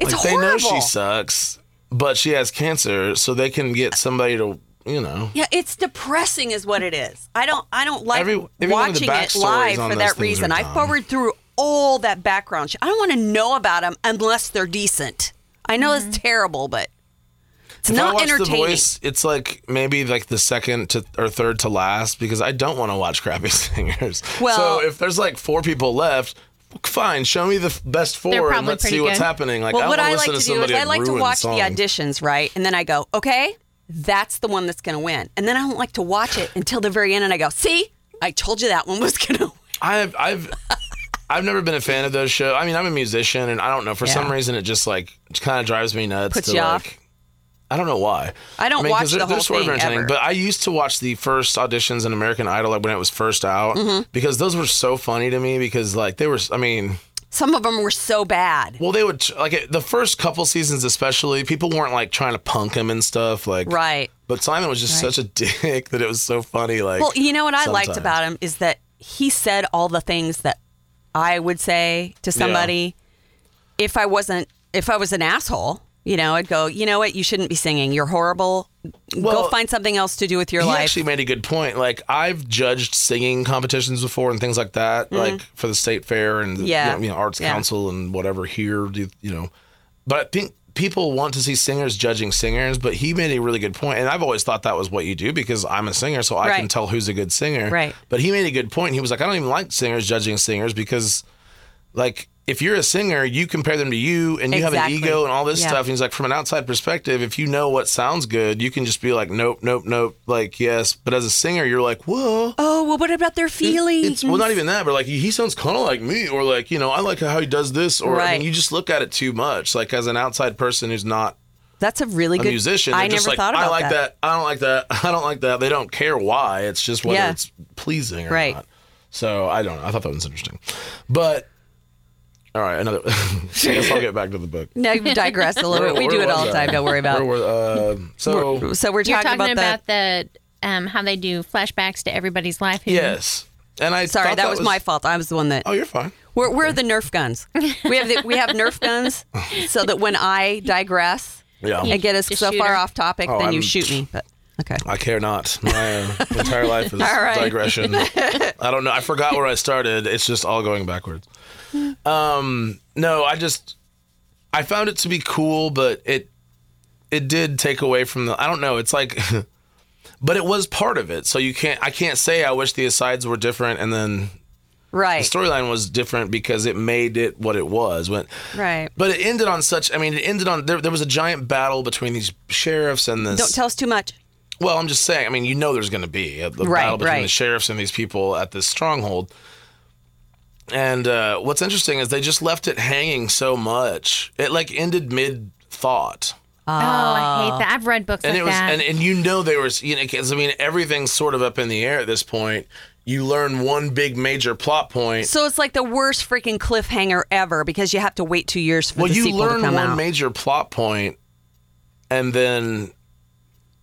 It's like, they know she horrible. sucks, but she has cancer, so they can get somebody to you know. Yeah, it's depressing, is what it is. I don't, I don't like Every- every one of the watching it backstories live on for those that things reason. are I dumb. forward through all that background. shit. I don't want to know about them unless they're decent. I know it's terrible, but it's If I not watch entertaining. The Voice, it's like maybe like the second to or third to last because I don't want to watch crappy [laughs] singers. Well- so if there's like four people left, fine, show me the f- best They're four and probably let's see pretty what's good. happening. Like well, I what don't I wanna like listen to to do is somebody I like to ruin watch songs. the auditions, right? And then I go, okay, that's the one that's going to win. And then I don't like to watch it until the very end, and I go, see, I told you that one was [laughs] going to. win. I've I've I've never been a fan of those shows. I mean, I'm a musician, and I don't know for some Yeah. reason it just like kind of drives me nuts. Puts to, you like, off? I don't know why. I don't 'cause watch the whole sort of thing entertaining, ever. But I used to watch the first auditions in American Idol like, when it was first out Mm-hmm. because those were so funny to me because like they were. I mean, Some of them were so bad, well, they would like it- the first couple seasons especially. People weren't like trying to punk him and stuff like. right? But Simon was just such a [laughs] dick that it was so funny. Like, Well, you know what I liked sometimes. about him is that he said all the things that I would say to somebody if I wasn't if I was an asshole. You know, I'd go, you know what, you shouldn't be singing. You're horrible. go Well, find something else to do with your He life. actually made a good point. Like I've judged singing competitions before and things like that, like for the state fair and the, Mm-hmm. Yeah. you know, you know, arts Yeah. council and whatever here, do- you know. But I think people want to see singers judging singers. But he made a really good point, and I've always thought that was what you do because I'm a singer, so I Right. can tell who's a good singer. Right. But he made a good point. He was like, I don't even like singers judging singers because, like. If you're a singer, you compare them to you and you have an Exactly. ego and all this Yeah. stuff. And he's like, from an outside perspective, if you know what sounds good, you can just be like, nope, nope, nope, like yes. But as a singer, you're like, whoa. oh, well, what about their feelings? It's, well, not even that, but like he sounds kind of like me, or like you know, I like how he does this, or I Right. mean, you just look at it too much. Like as an outside person who's not That's a really a good musician, I they're just never like, thought about I like that. I don't like that. [laughs] I don't like that. They don't care why. It's just whether Yeah. it's pleasing or Right. not. So I don't know. I thought that was interesting, but all right, another. [laughs] I guess I'll get back to [laughs] the book. Now you digress a little bit. We Where do it was all the I? time. Don't worry about Where it. were- uh, so So we're You're talking, talking, about, about, the um, how they do flashbacks to everybody's life. who- yes, and I the. Sorry, thought that, was, my fault. I was the one that. Oh, you're fine. Where, where are the Nerf guns? We have the, we have Nerf guns, so that when I digress Yeah. and get us Just so shoot far her. off topic, Oh, then you I'm- shoot me. But okay, I care not. [laughs] My uh, entire life is All right. digression. I don't know. I forgot where I started. It's just all going backwards. Um, no, I just I found it to be cool, but it it did take away from the. I don't know. It's like, [laughs] but it was part of it. So you can't. I can't say I wish the asides were different. And then right, the storyline was different because it made it what it was. When right. But it ended on such. I mean, it ended on there. There was a giant battle between these sheriffs and this. Don't tell us too much. Well, I'm just saying. I mean, you know, there's going to be a, a battle between right. the sheriffs and these people at this stronghold. And uh, what's interesting is they just left it hanging so much. It like ended mid thought, Oh, I hate that. I've read books and like it was, that. and, and you know, there was, you know, 'cause, I mean, everything's sort of up in the air at this point. You learn one big major plot point. So it's like the worst freaking cliffhanger ever because you have to wait two years for well, the you sequel learn to come one out. major plot point, and then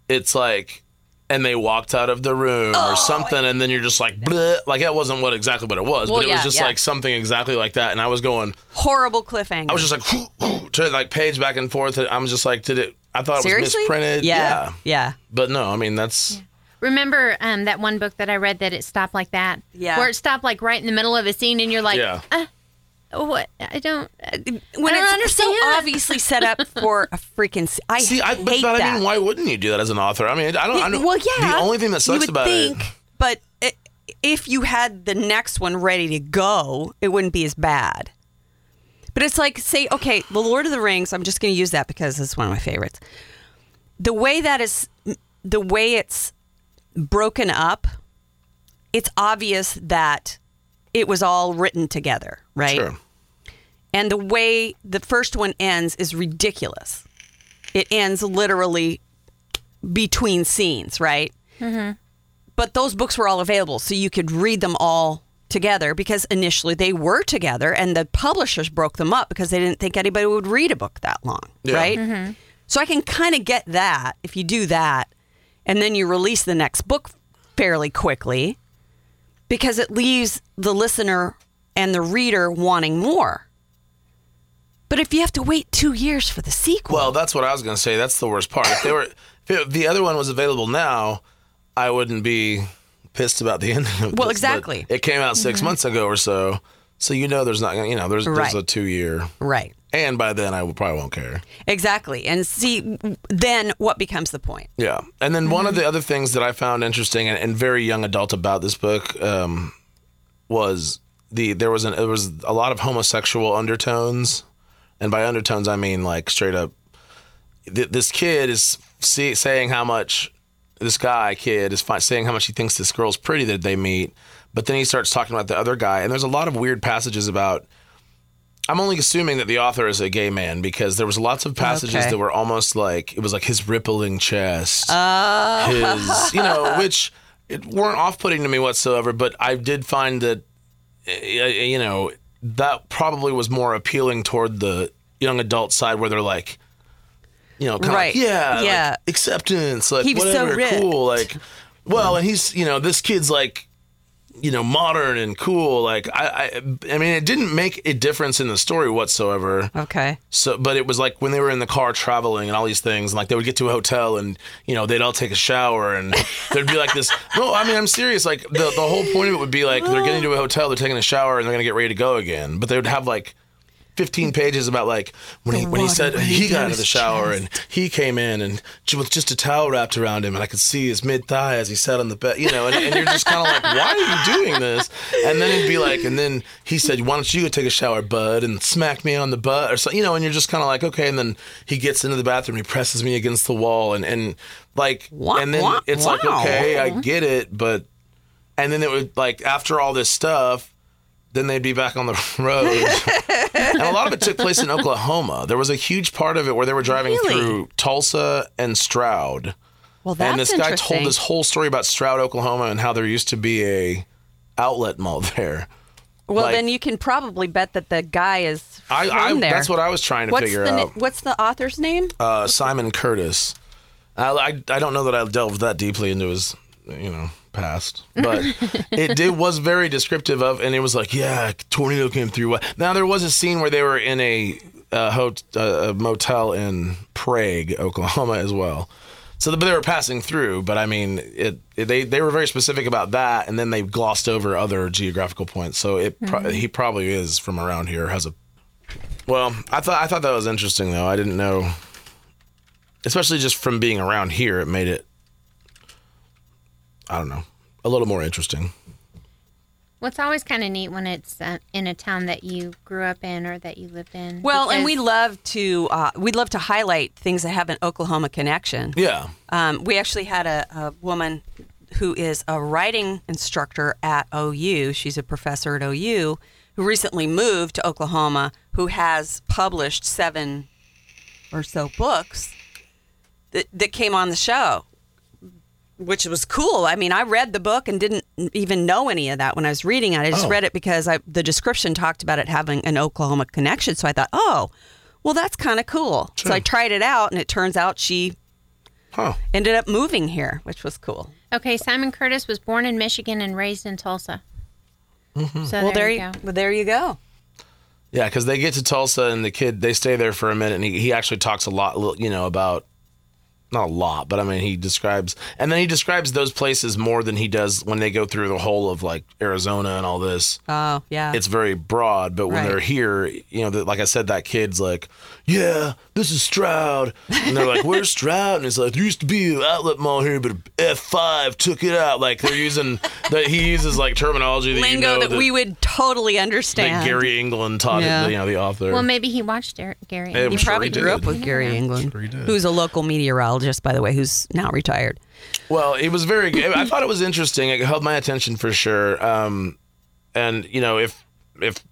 it's like, and they walked out of the room Oh, or something, and then you're just like, Bleh. like that wasn't what exactly what it was, Well, but it yeah, was just yeah. like something exactly like that, and I was going, Horrible cliffhanger. I was just like, whoo, whoo, to like page back and forth. and I'm just like, did it? I thought it seriously was misprinted. Yeah, yeah. but no, I mean that's Remember um, that one book that I read that it stopped like that? Yeah. Where it stopped like right in the middle of a scene and you're like, Yeah. uh, what? I don't. uh, I When don't it's understand. so obviously set up for a freaking. se- I see, I, hate but, but that. I mean, why wouldn't you do that as an author? I mean, I don't. I don't well, yeah. The only thing that you sucks would about think, it. But i if you had the next one ready to go, it wouldn't be as bad. But it's like, say, okay, The Lord of the Rings, I'm just going to use that because it's one of my favorites. The way that is, the way it's broken up, it's obvious that it was all written together, right? Sure. And the way the first one ends is ridiculous. It ends literally between scenes, right? But those books were all available, so you could read them all together because initially they were together and the publishers broke them up because they didn't think anybody would read a book that long, Yeah. right? So I can kind of get that if you do that and then you release the next book fairly quickly because it leaves the listener and the reader wanting more. But if you have to wait two years for the sequel, Well, that's what I was gonna say. That's the worst part. If they were, if the other one was available now, I wouldn't be pissed about the [laughs] ending. Of Well, this, but exactly. Mm-hmm. It came out 6 months ago or so, so you know there's not gonna, you know there's Right. there's a two year, right. and by then I will, probably won't care. Exactly. And see, then what becomes the point? Yeah. And then one of Mm-hmm. the other things that I found interesting and, and very young adult about this book um, was the there was an there was a lot of homosexual undertones, and by undertones I mean like straight up. Th- this kid is see, saying how much this guy kid is fi- saying how much he thinks this girl's pretty that they meet, but then he starts talking about the other guy, and there's a lot of weird passages about. I'm only assuming that the author is a gay man because there was lots of passages Okay. that were almost like it was like his rippling chest, his you know, which it weren't off-putting to me whatsoever. But I did find that y- y- you know, that probably was more appealing toward the young adult side where they're like, you know, kind Right. of like, yeah, like, Yeah. acceptance, like He was so whatever, ripped. cool, like, well, and he's, you know, this kid's like, you know, modern and cool. Like, I, I, I mean, it didn't make a difference in the story whatsoever. Okay. So, but it was like when they were in the car traveling and all these things, and like they would get to a hotel and you know they'd all take a shower and there'd be like this. No, I mean I'm serious. Like the the whole point of it would be like they're getting to a hotel, they're taking a shower, and they're gonna get ready to go again. But they would have like 15 pages about like when he when he said he got out of the shower and he came in and j- with just a towel wrapped around him and I could see his mid thigh as he sat on the bed, you know, and, and you're just kind of like, why are you doing this? And then it'd be like, and then he said, why don't you go take a shower, bud, and smack me on the butt or so, you know, and you're just kind of like, okay. And then he gets into the bathroom, he presses me against the wall, and and like, Wah, and then wah, it's like, wow. okay, I get it, but and then it would like after all this stuff, then they'd be back on the [laughs] road. And a lot of it took place in Oklahoma. There was a huge part of it where they were driving Really? through Tulsa and Stroud. Well, that's and this guy interesting. told this whole story about Stroud, Oklahoma, and how there used to be a outlet mall [laughs] there. well, like- then you can probably bet that the guy is from I, I there. that's what I was trying to what's figure the, out. What's the author's name? Uh, Simon Curtis. I, I, I don't know that I delved that deeply into his you know past, but it did was very descriptive of, and it was like yeah, tornado came through. Now there was a scene where they were in a uh, hot, uh, a motel in Prague, Oklahoma, as well. So but they were passing through, but I mean, it, it they they were very specific about that, and then they glossed over other geographical points. So it pro- he probably is from around here, has a well, I thought I thought that was interesting though. I didn't know, especially just from being around here, it made it. I don't know, a little more interesting. What's always kind of neat when it's uh, in a town that you grew up in or that you lived in. Well, and we because- love to uh, we love to highlight things that have an Oklahoma connection. Yeah, Um, we actually had a, a woman who is a writing instructor at OU. She's a professor at OU who recently moved to Oklahoma, who has published seven or so books that, that came on the show, which was cool. I mean, I read the book and didn't even know any of that when I was reading it. I just Oh. read it because I, the description talked about it having an Oklahoma connection. So I thought, oh, well, that's kind of cool. So I tried it out, and it turns out she huh? ended up moving here, which was cool. Okay, Simon Curtis was born in Michigan and raised in Tulsa. So Mm-hmm. well, there you you, go. well, there you go. Yeah, because they get to Tulsa and the kid they stay there for a minute, and he, he actually talks a lot, you know, about not a lot, but I mean he describes, and then he describes those places more than he does when they go through the whole of like Arizona and all this. Oh yeah, it's very broad, but when Right. they're here, you know, that like I said, that kid's like, yeah, this is Stroud. And they're like, where's Stroud? And he's like, there used to be an outlet mall here, but F5 took it out. Like they're using, that he uses like terminology that you lingo know that, we would totally that understand. Gary England taught, Yeah. you know, the author. Well, maybe he watched Eric, Gary. It you was- sure probably he grew did. up with Gary England, he did. who's a local meteorologist, by the way, who's now retired. Well, it was very good. I thought it was interesting. It held my attention for sure. Um, and you know, if if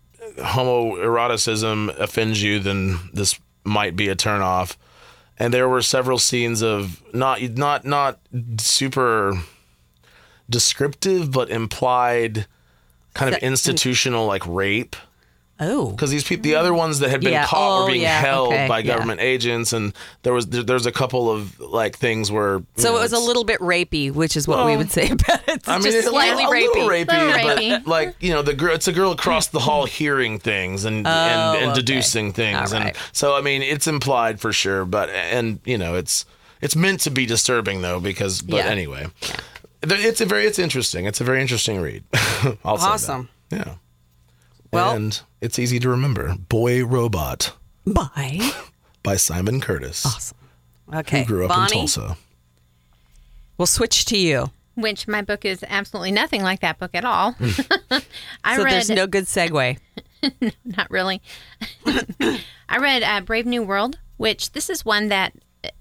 homoeroticism offends you, then this might be a turnoff. And there were several scenes of not not not super descriptive, but implied kind of That- institutional like rape Oh. because these people, the other ones that had been Yeah. caught, Oh, were being yeah. held Okay. by Yeah. government agents, and there was there, there's a couple of like things where you So know, it was a it's- little bit rapey, which is what we would say [laughs] about it. It's I mean, just it's slightly a rapey. [laughs] little rapey, Little but rapey. like you know, the girl, it's a girl across the hall hearing things and and, and Oh, okay. deducing things, All and right. so I mean, it's implied for sure, but and you know, it's it's meant to be disturbing though, because but Yeah. anyway, There- it's a very it's interesting, it's a very interesting read. [laughs] I'll say that. Awesome. yeah. Well- and it's easy to remember. Boy Robot Bye. by Simon Curtis. Awesome. Okay. Grew up Bonnie, in Tulsa. we'll switch to you. Which my book is absolutely nothing like that book at all. [laughs] I so read there's no good segue. [laughs] not really. I read uh, Brave New World, which this is one that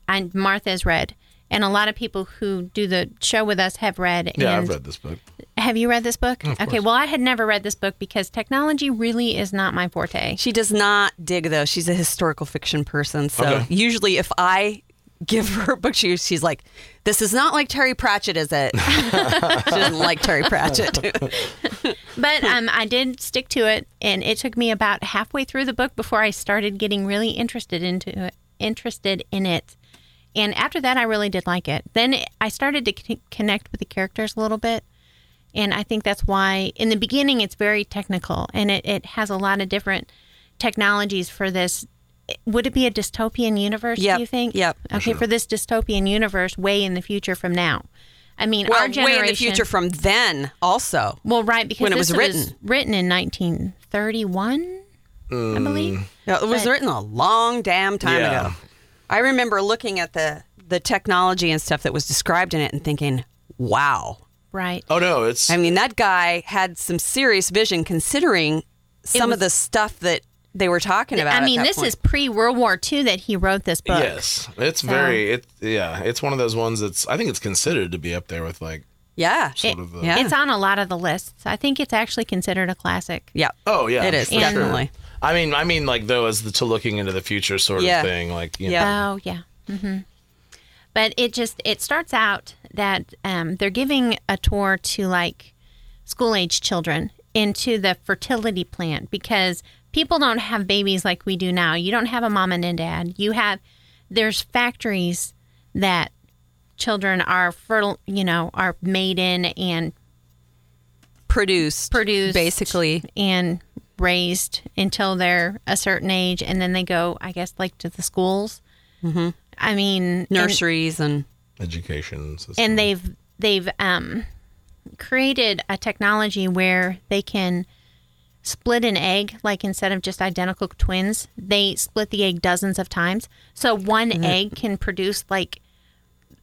I, Martha's read, and a lot of people who do the show with us have read. Yeah, and- I've read this book. Have you read this book? okay, well, I had never read this book because technology really is not my forte. She does not dig though. She's a historical fiction person. So Okay. usually if I give her a book, she, she's like, This is not like Terry Pratchett, is it? [laughs] she doesn't like Terry Pratchett. [laughs] [laughs] But um, I did stick to it, and it took me about halfway through the book before I started getting really interested into it, interested in it. And after that, I really did like it. Then I started to con- connect with the characters a little bit. And I think that's why, in the beginning, it's very technical and it, it has a lot of different technologies for this. Would it be a dystopian universe, Yep, do you think? yep. Okay, for this dystopian universe, way in the future from now. I mean, our well, way generation. in the future from then also. Well, right, because when it this was written. written in 1931, Mm. I believe. Yeah, It was written a long damn time Yeah. ago. I remember looking at the the technology and stuff that was described in it and thinking, "Wow." Right. Oh no, it's I mean, that guy had some serious vision considering some of the stuff that they were talking about. I at mean, that this point. is pre World War II that he wrote this book. Yes, it's very it. Yeah, it's one of those ones that's I think it's considered to be up there with like yeah. sort of the. yeah. It's on a lot of the lists. I think it's actually considered a classic. Yeah. Oh yeah, It is, for sure. definitely. I mean, I mean, like though, as the to looking into the future sort Yeah. of thing, like you Yeah. know, Oh yeah. hmm But it just it starts out that um, they're giving a tour to like school age children into the fertility plant because people don't have babies like we do now. You don't have a mom and a dad. You have there's factories that children are fertile, you know, are made in and Produced. Produced. Basically. and raised until they're a certain age and then they go I guess like to the schools. Mm-hmm. I mean and- Nurseries and education. System. and they've they've um, created a technology where they can split an egg like instead of just identical twins they split the egg dozens of times so one egg can produce like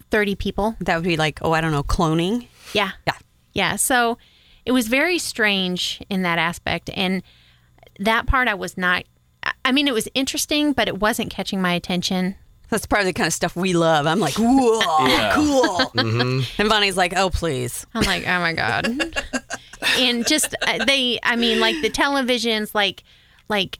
30 people that would be like, oh, I don't know, cloning. yeah. Yeah. Yeah. So it was very strange in that aspect. And that part I was not, I- I mean, it was interesting, but it wasn't catching my attention. That's probably the kind of stuff we love. I'm like, whoa, cool. Mm-hmm. And Bonnie's like, oh, please. I'm like, oh my God. and just uh, they, I mean, like the televisions, like, like,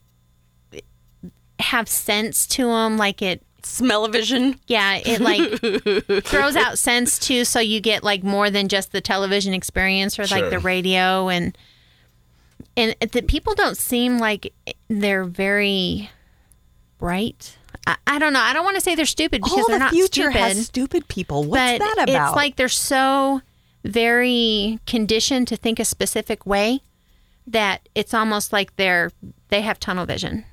have sense to them like it Smell-o-vision. yeah it like throws out sense too so you get like more than just the television experience or like Sure. the radio and and the people don't seem like they're very bright i, I don't know i don't want to say they're stupid because All they're the not future stupid has stupid people. What's but that about? it's like they're so very conditioned to think a specific way that it's almost like they're they have tunnel vision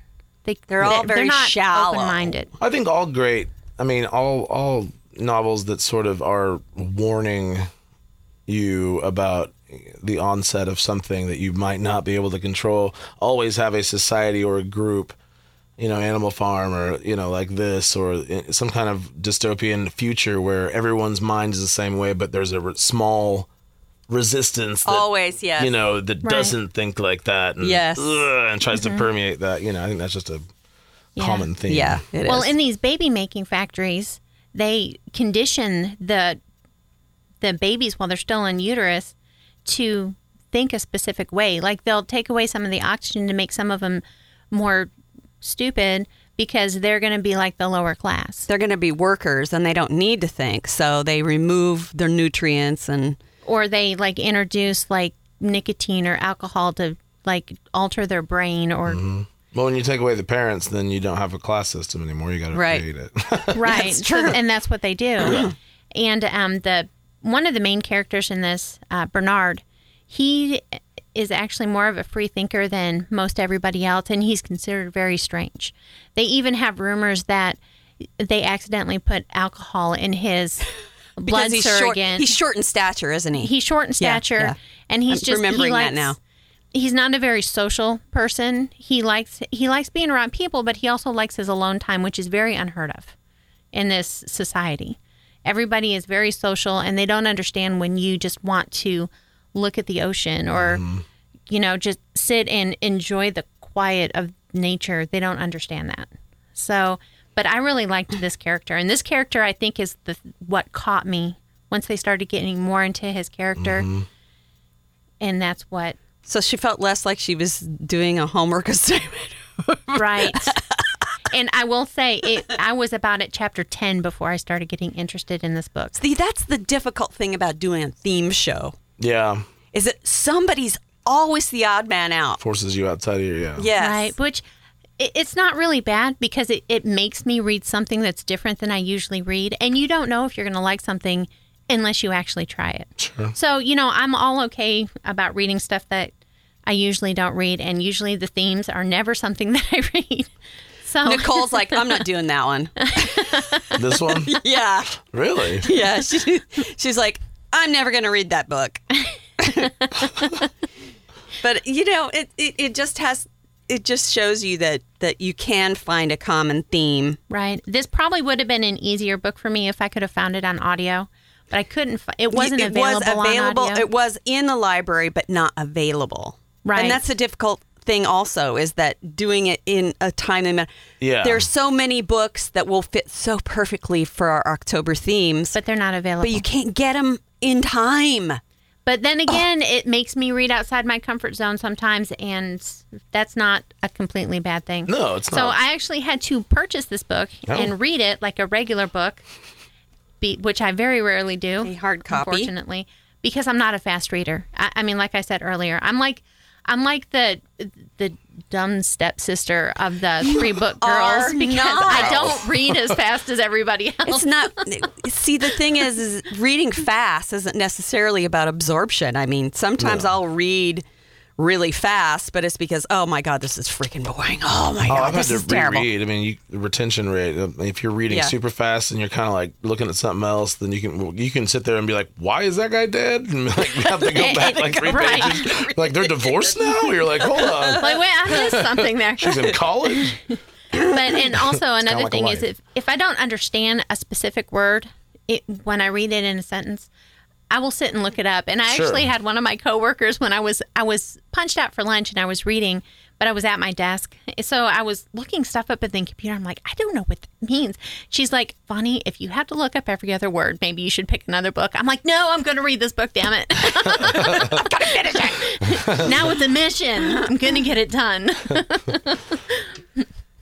they, They're all very not shallow. open-minded I think all great. I mean, all all novels that sort of are warning you about the onset of something that you might not be able to control always have a society or a group you know animal farm or you know like this or i- some kind of dystopian future where everyone's mind is the same way but there's a re- small resistance that, Always, yes. you know that doesn't think like that and, Yes. ugh, and tries to permeate that you know i think that's just a common theme yeah, it is. well, in these baby making factories, they condition the the babies while they're still in uterus to think a specific way. Like they'll take away some of the oxygen to make some of them more stupid because they're going to be like the lower class. They're going to be workers and they don't need to think. So they remove their nutrients and Or they like introduce like nicotine or alcohol to like alter their brain or Well, when you take away the parents, then you don't have a class system anymore. You got to Right. create it. [laughs] [laughs] right That's So- true. and that's what they do and um, the one of the main characters in this uh, bernard he is actually more of a free thinker than most everybody else and he's considered very strange they even have rumors that they accidentally put alcohol in his [laughs] blood because he's short, surrogate he's short in stature, isn't he? he's short in Yeah, stature yeah. and he's I'm just remembering he that likes, now. he's not a very social person he likes he likes being around people but he also likes his alone time which is very unheard of in this society everybody is very social and they don't understand when you just want to look at the ocean or you know just sit and enjoy the quiet of nature they don't understand that so but i really liked this character and this character i think is the what caught me once they started getting more into his character Mm-hmm. and that's what so she felt less like she was doing a homework [laughs] assignment. right and i will say it i was about at chapter 10 before i started getting interested in this book See, that's the difficult thing about doing a theme show yeah, is that somebody's always the odd man out. forces you outside of your yeah. Yes. right which it, it's not really bad because it, it makes me read something that's different than i usually read and you don't know if you're going to like something unless you actually try it sure. so you know i'm all okay about reading stuff that i usually don't read and usually the themes are never something [laughs] that i read so [laughs] Nicole's like, I'm not doing that one. This one, [laughs] yeah. really? Yeah. She, she's like, I'm never going to read that book. [laughs] but, you know, it, it, it just has, it just shows you that, that you can find a common theme. Right. This probably would have been an easier book for me if I could have found it on audio, but I couldn't. Fi- it wasn't it available. was available. On audio. It was in the library, but not available. Right. And that's the difficult thing also is that doing it in a timely manner. Yeah. There's so many books that will fit so perfectly for our October themes, but, but they're not available. But, you can't get them in time. then again, it makes me read outside my comfort zone sometimes, and that's not a completely bad thing. No, it's So not. Oh. I actually had to purchase this book and read it like a regular book, be, which I very rarely do. A hard copy. unfortunately, because I'm not a fast reader. I, I mean, like I said earlier, I'm like, I'm like the the dumb stepsister of the three book are girls because not. I don't read as fast as everybody [laughs] else. It's not. see, the thing is, is reading fast isn't necessarily about absorption. I mean, sometimes I'll read really fast, but it's because oh my god, this is freaking boring. Oh my Oh, god, I've had this to is terrible. reread. I mean, you, the retention rate. uh, If you're reading Yeah. super fast and you're kind of like looking at something else, then you can you can sit there and be like, "Why is that guy dead?" [laughs] And like, you have to [laughs] go back like three Right. pages. Like they're divorced now. You're like, hold on, Like, wait, I missed something there. she's in college. but [laughs] and also another like a thing is life. if, if I don't understand a specific word it, when I read it in a sentence, I will sit and look it up. And I Sure. actually had one of my coworkers when I was I was punched out for lunch and I was reading, but I was at my desk, so I was looking stuff up at the computer. I'm like, I don't know what that means. She's like, Bonnie, if you have to look up every other word, maybe you should pick another book. I'm like, No, I'm going to read this book. Damn it, [laughs] I'm going to finish [laughs] it. now it's a mission. I'm going to get it done.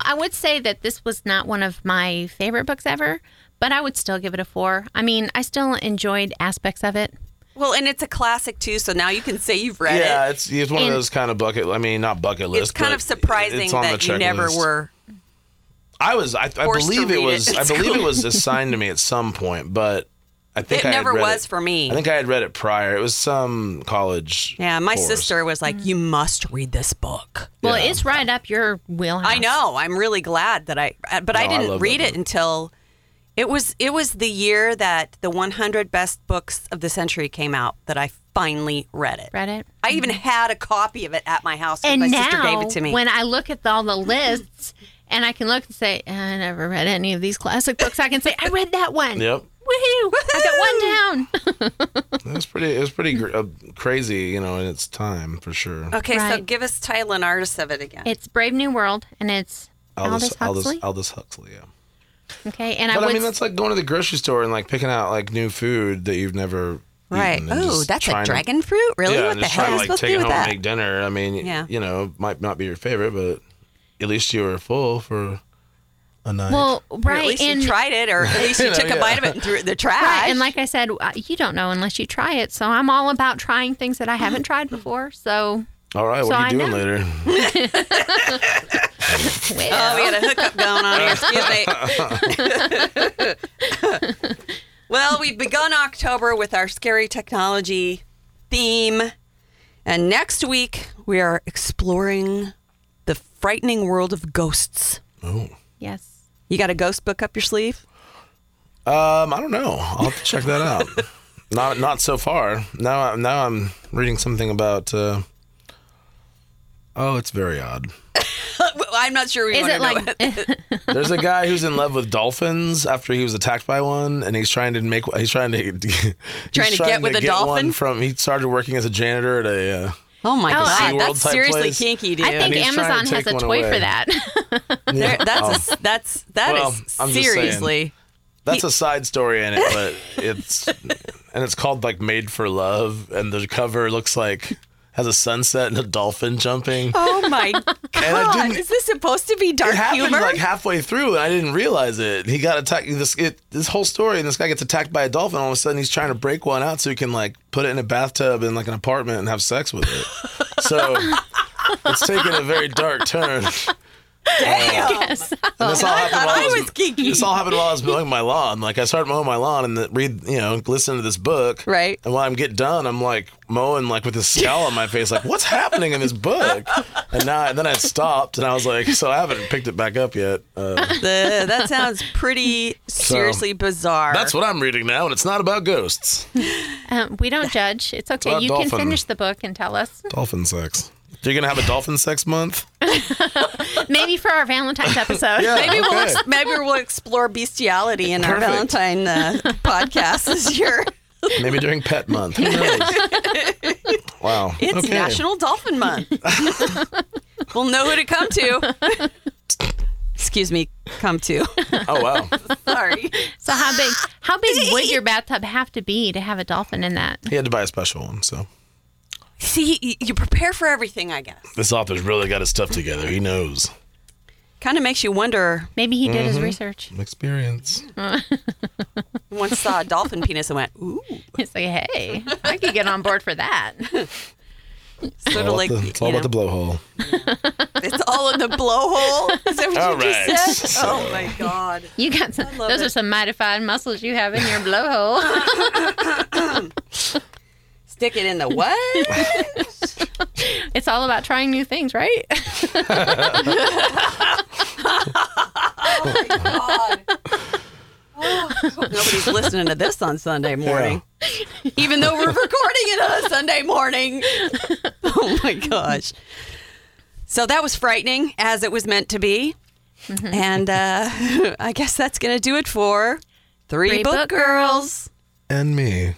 I would say that this was not one of my favorite books ever, but I would still give it a four. I mean, I still enjoyed aspects of it. Well, and it's a classic too, so now you can say you've read it. Yeah, it's it's one of And- those kind of bucket. I mean, not bucket list. It's kind but of surprising it's on the that you never checklist. were. I was. I, I forced to believe it read it was. in I believe it was assigned to me at some point, but I think It I had never read was it- for me. I think I had read it prior. It was some college. Yeah, my course. sister was Mm. like, "You must read this book." Well, Yeah. it's right up your wheelhouse. I know. I'm really glad that I, uh, but I No, I didn't love that read it book. until it was it was the year that the 100 best books of the century came out that I finally read it. Read it. I even had a copy of it at my house because And my now, sister gave it to me. when I look at all the lists and I can look and say, "Eh, I never read any of these classic books, I can say, I read that one. Yep. Woohoo! I got one down. It was pretty. It was pretty gr- uh, crazy, you know, in its time for sure. okay, so Right. give us title and artist of it again. it's Brave New World and it's Aldous, Aldous, Huxley. Aldous Huxley, yeah. Okay. And I But I, would mean, that's like going to the grocery store and like picking out like new food that you've never Right. eaten and Oh, just that's a trying to- dragon fruit? Really? Yeah, what and the just hell trying am I to like supposed to take do it with home that? and make dinner. I mean, Yeah. you know, might not be your favorite, but at least you were full for a night. Well, Or right. At least and, you tried it, or [laughs] at least you You know, took a yeah. bite of it and threw it in the trash. Right, and like I said, uh, you don't know unless you try it. So I'm all about trying things that I haven't tried Mm-hmm. before. So, All right, what so are you I doing know. later? [laughs] oh, we got a hookup going on here. Excuse me. [laughs] well, we've begun October with our scary technology theme, and next week we are exploring the frightening world of ghosts. yes. You got a ghost book up your sleeve? [laughs] Um, I don't know. I'll have to check [laughs] that out. not not so far. Now I- now I'm reading something about. Uh, oh, it's very odd. I'm not sure. We Is wanna it know like There's a guy who's in love with dolphins after he was attacked by one, and he's trying to make. He's trying to. [laughs] he's Trying to get with a dolphin? One from he started working as a janitor at a. Uh, Oh my I- god, SeaWorld that's type seriously place. kinky, dude. I think he's trying to Amazon has take a one toy for away. that. [laughs] There- [laughs] that's a, that's that is Oh. Well, I'm just saying. seriously. That's a side story in it, [laughs] but it's and it's called like Made for Love, and the cover looks like has a sunset and a dolphin jumping. Oh [laughs] my god! didn't- Is this supposed to be dark It happened humor? like halfway through, and I didn't realize it. He got attacked. This it, this whole story, and this guy gets attacked by a dolphin. All of a sudden, he's trying to break one out so he can like put it in a bathtub in like an apartment and have sex [laughs] with it. So it's taken a very dark turn. Damn. And this all Oh, I happened thought while I was geeky. This all happened while I was mowing my lawn. Like I started mowing my lawn and the, read, you know, listen to this book. Right. And while I'm getting done, I'm like mowing like with a scowl on my face, like what's happening in this book? And now, and then I stopped, and I was like, so I haven't picked it back up yet. Uh, The- that sounds pretty seriously bizarre. that's what I'm reading now, and it's not about ghosts. um, [laughs] we don't judge. It's okay. about you can dolphin? finish the book and tell us. [laughs] Dolphin sex. You're gonna have a dolphin sex month? Maybe for [laughs] our Valentine's episode. maybe we'll okay. ex- maybe we'll explore bestiality in our Perfect. Valentine [laughs] uh, podcast this year. Maybe during pet month. Who [laughs] knows? wow. It's okay. National Dolphin [laughs] Month. we'll know who to come to. [laughs] Excuse me, come to. Oh [laughs] wow. Sorry. So how big how big [laughs] would your bathtub have to be to have a dolphin in that? He had to buy a special one, so. See, y- you prepare for everything, I guess. This author's really got his stuff together. He knows. Kind of makes you wonder Maybe he did Mm-hmm. his research. [laughs] Experience. once saw a dolphin penis and went, ooh. He's like, hey, I could get on board for [laughs] that. Sort of like, it's all you about the know, blowhole. it's all in the blowhole. Is that what All you just right, said? [laughs] so- Oh my God. You got some. love Those it. are some modified muscles you have in [laughs] your blowhole. Stick it in the [laughs] what? it's all about trying new things, right? Oh my God. Oh, I hope nobody's listening to this on Sunday morning, even though we're recording it on a Sunday morning. [laughs] Oh my gosh. So that was frightening as it was meant to be. And uh, [laughs] I guess that's going to do it for Three, Three Book, Book Girls. And me.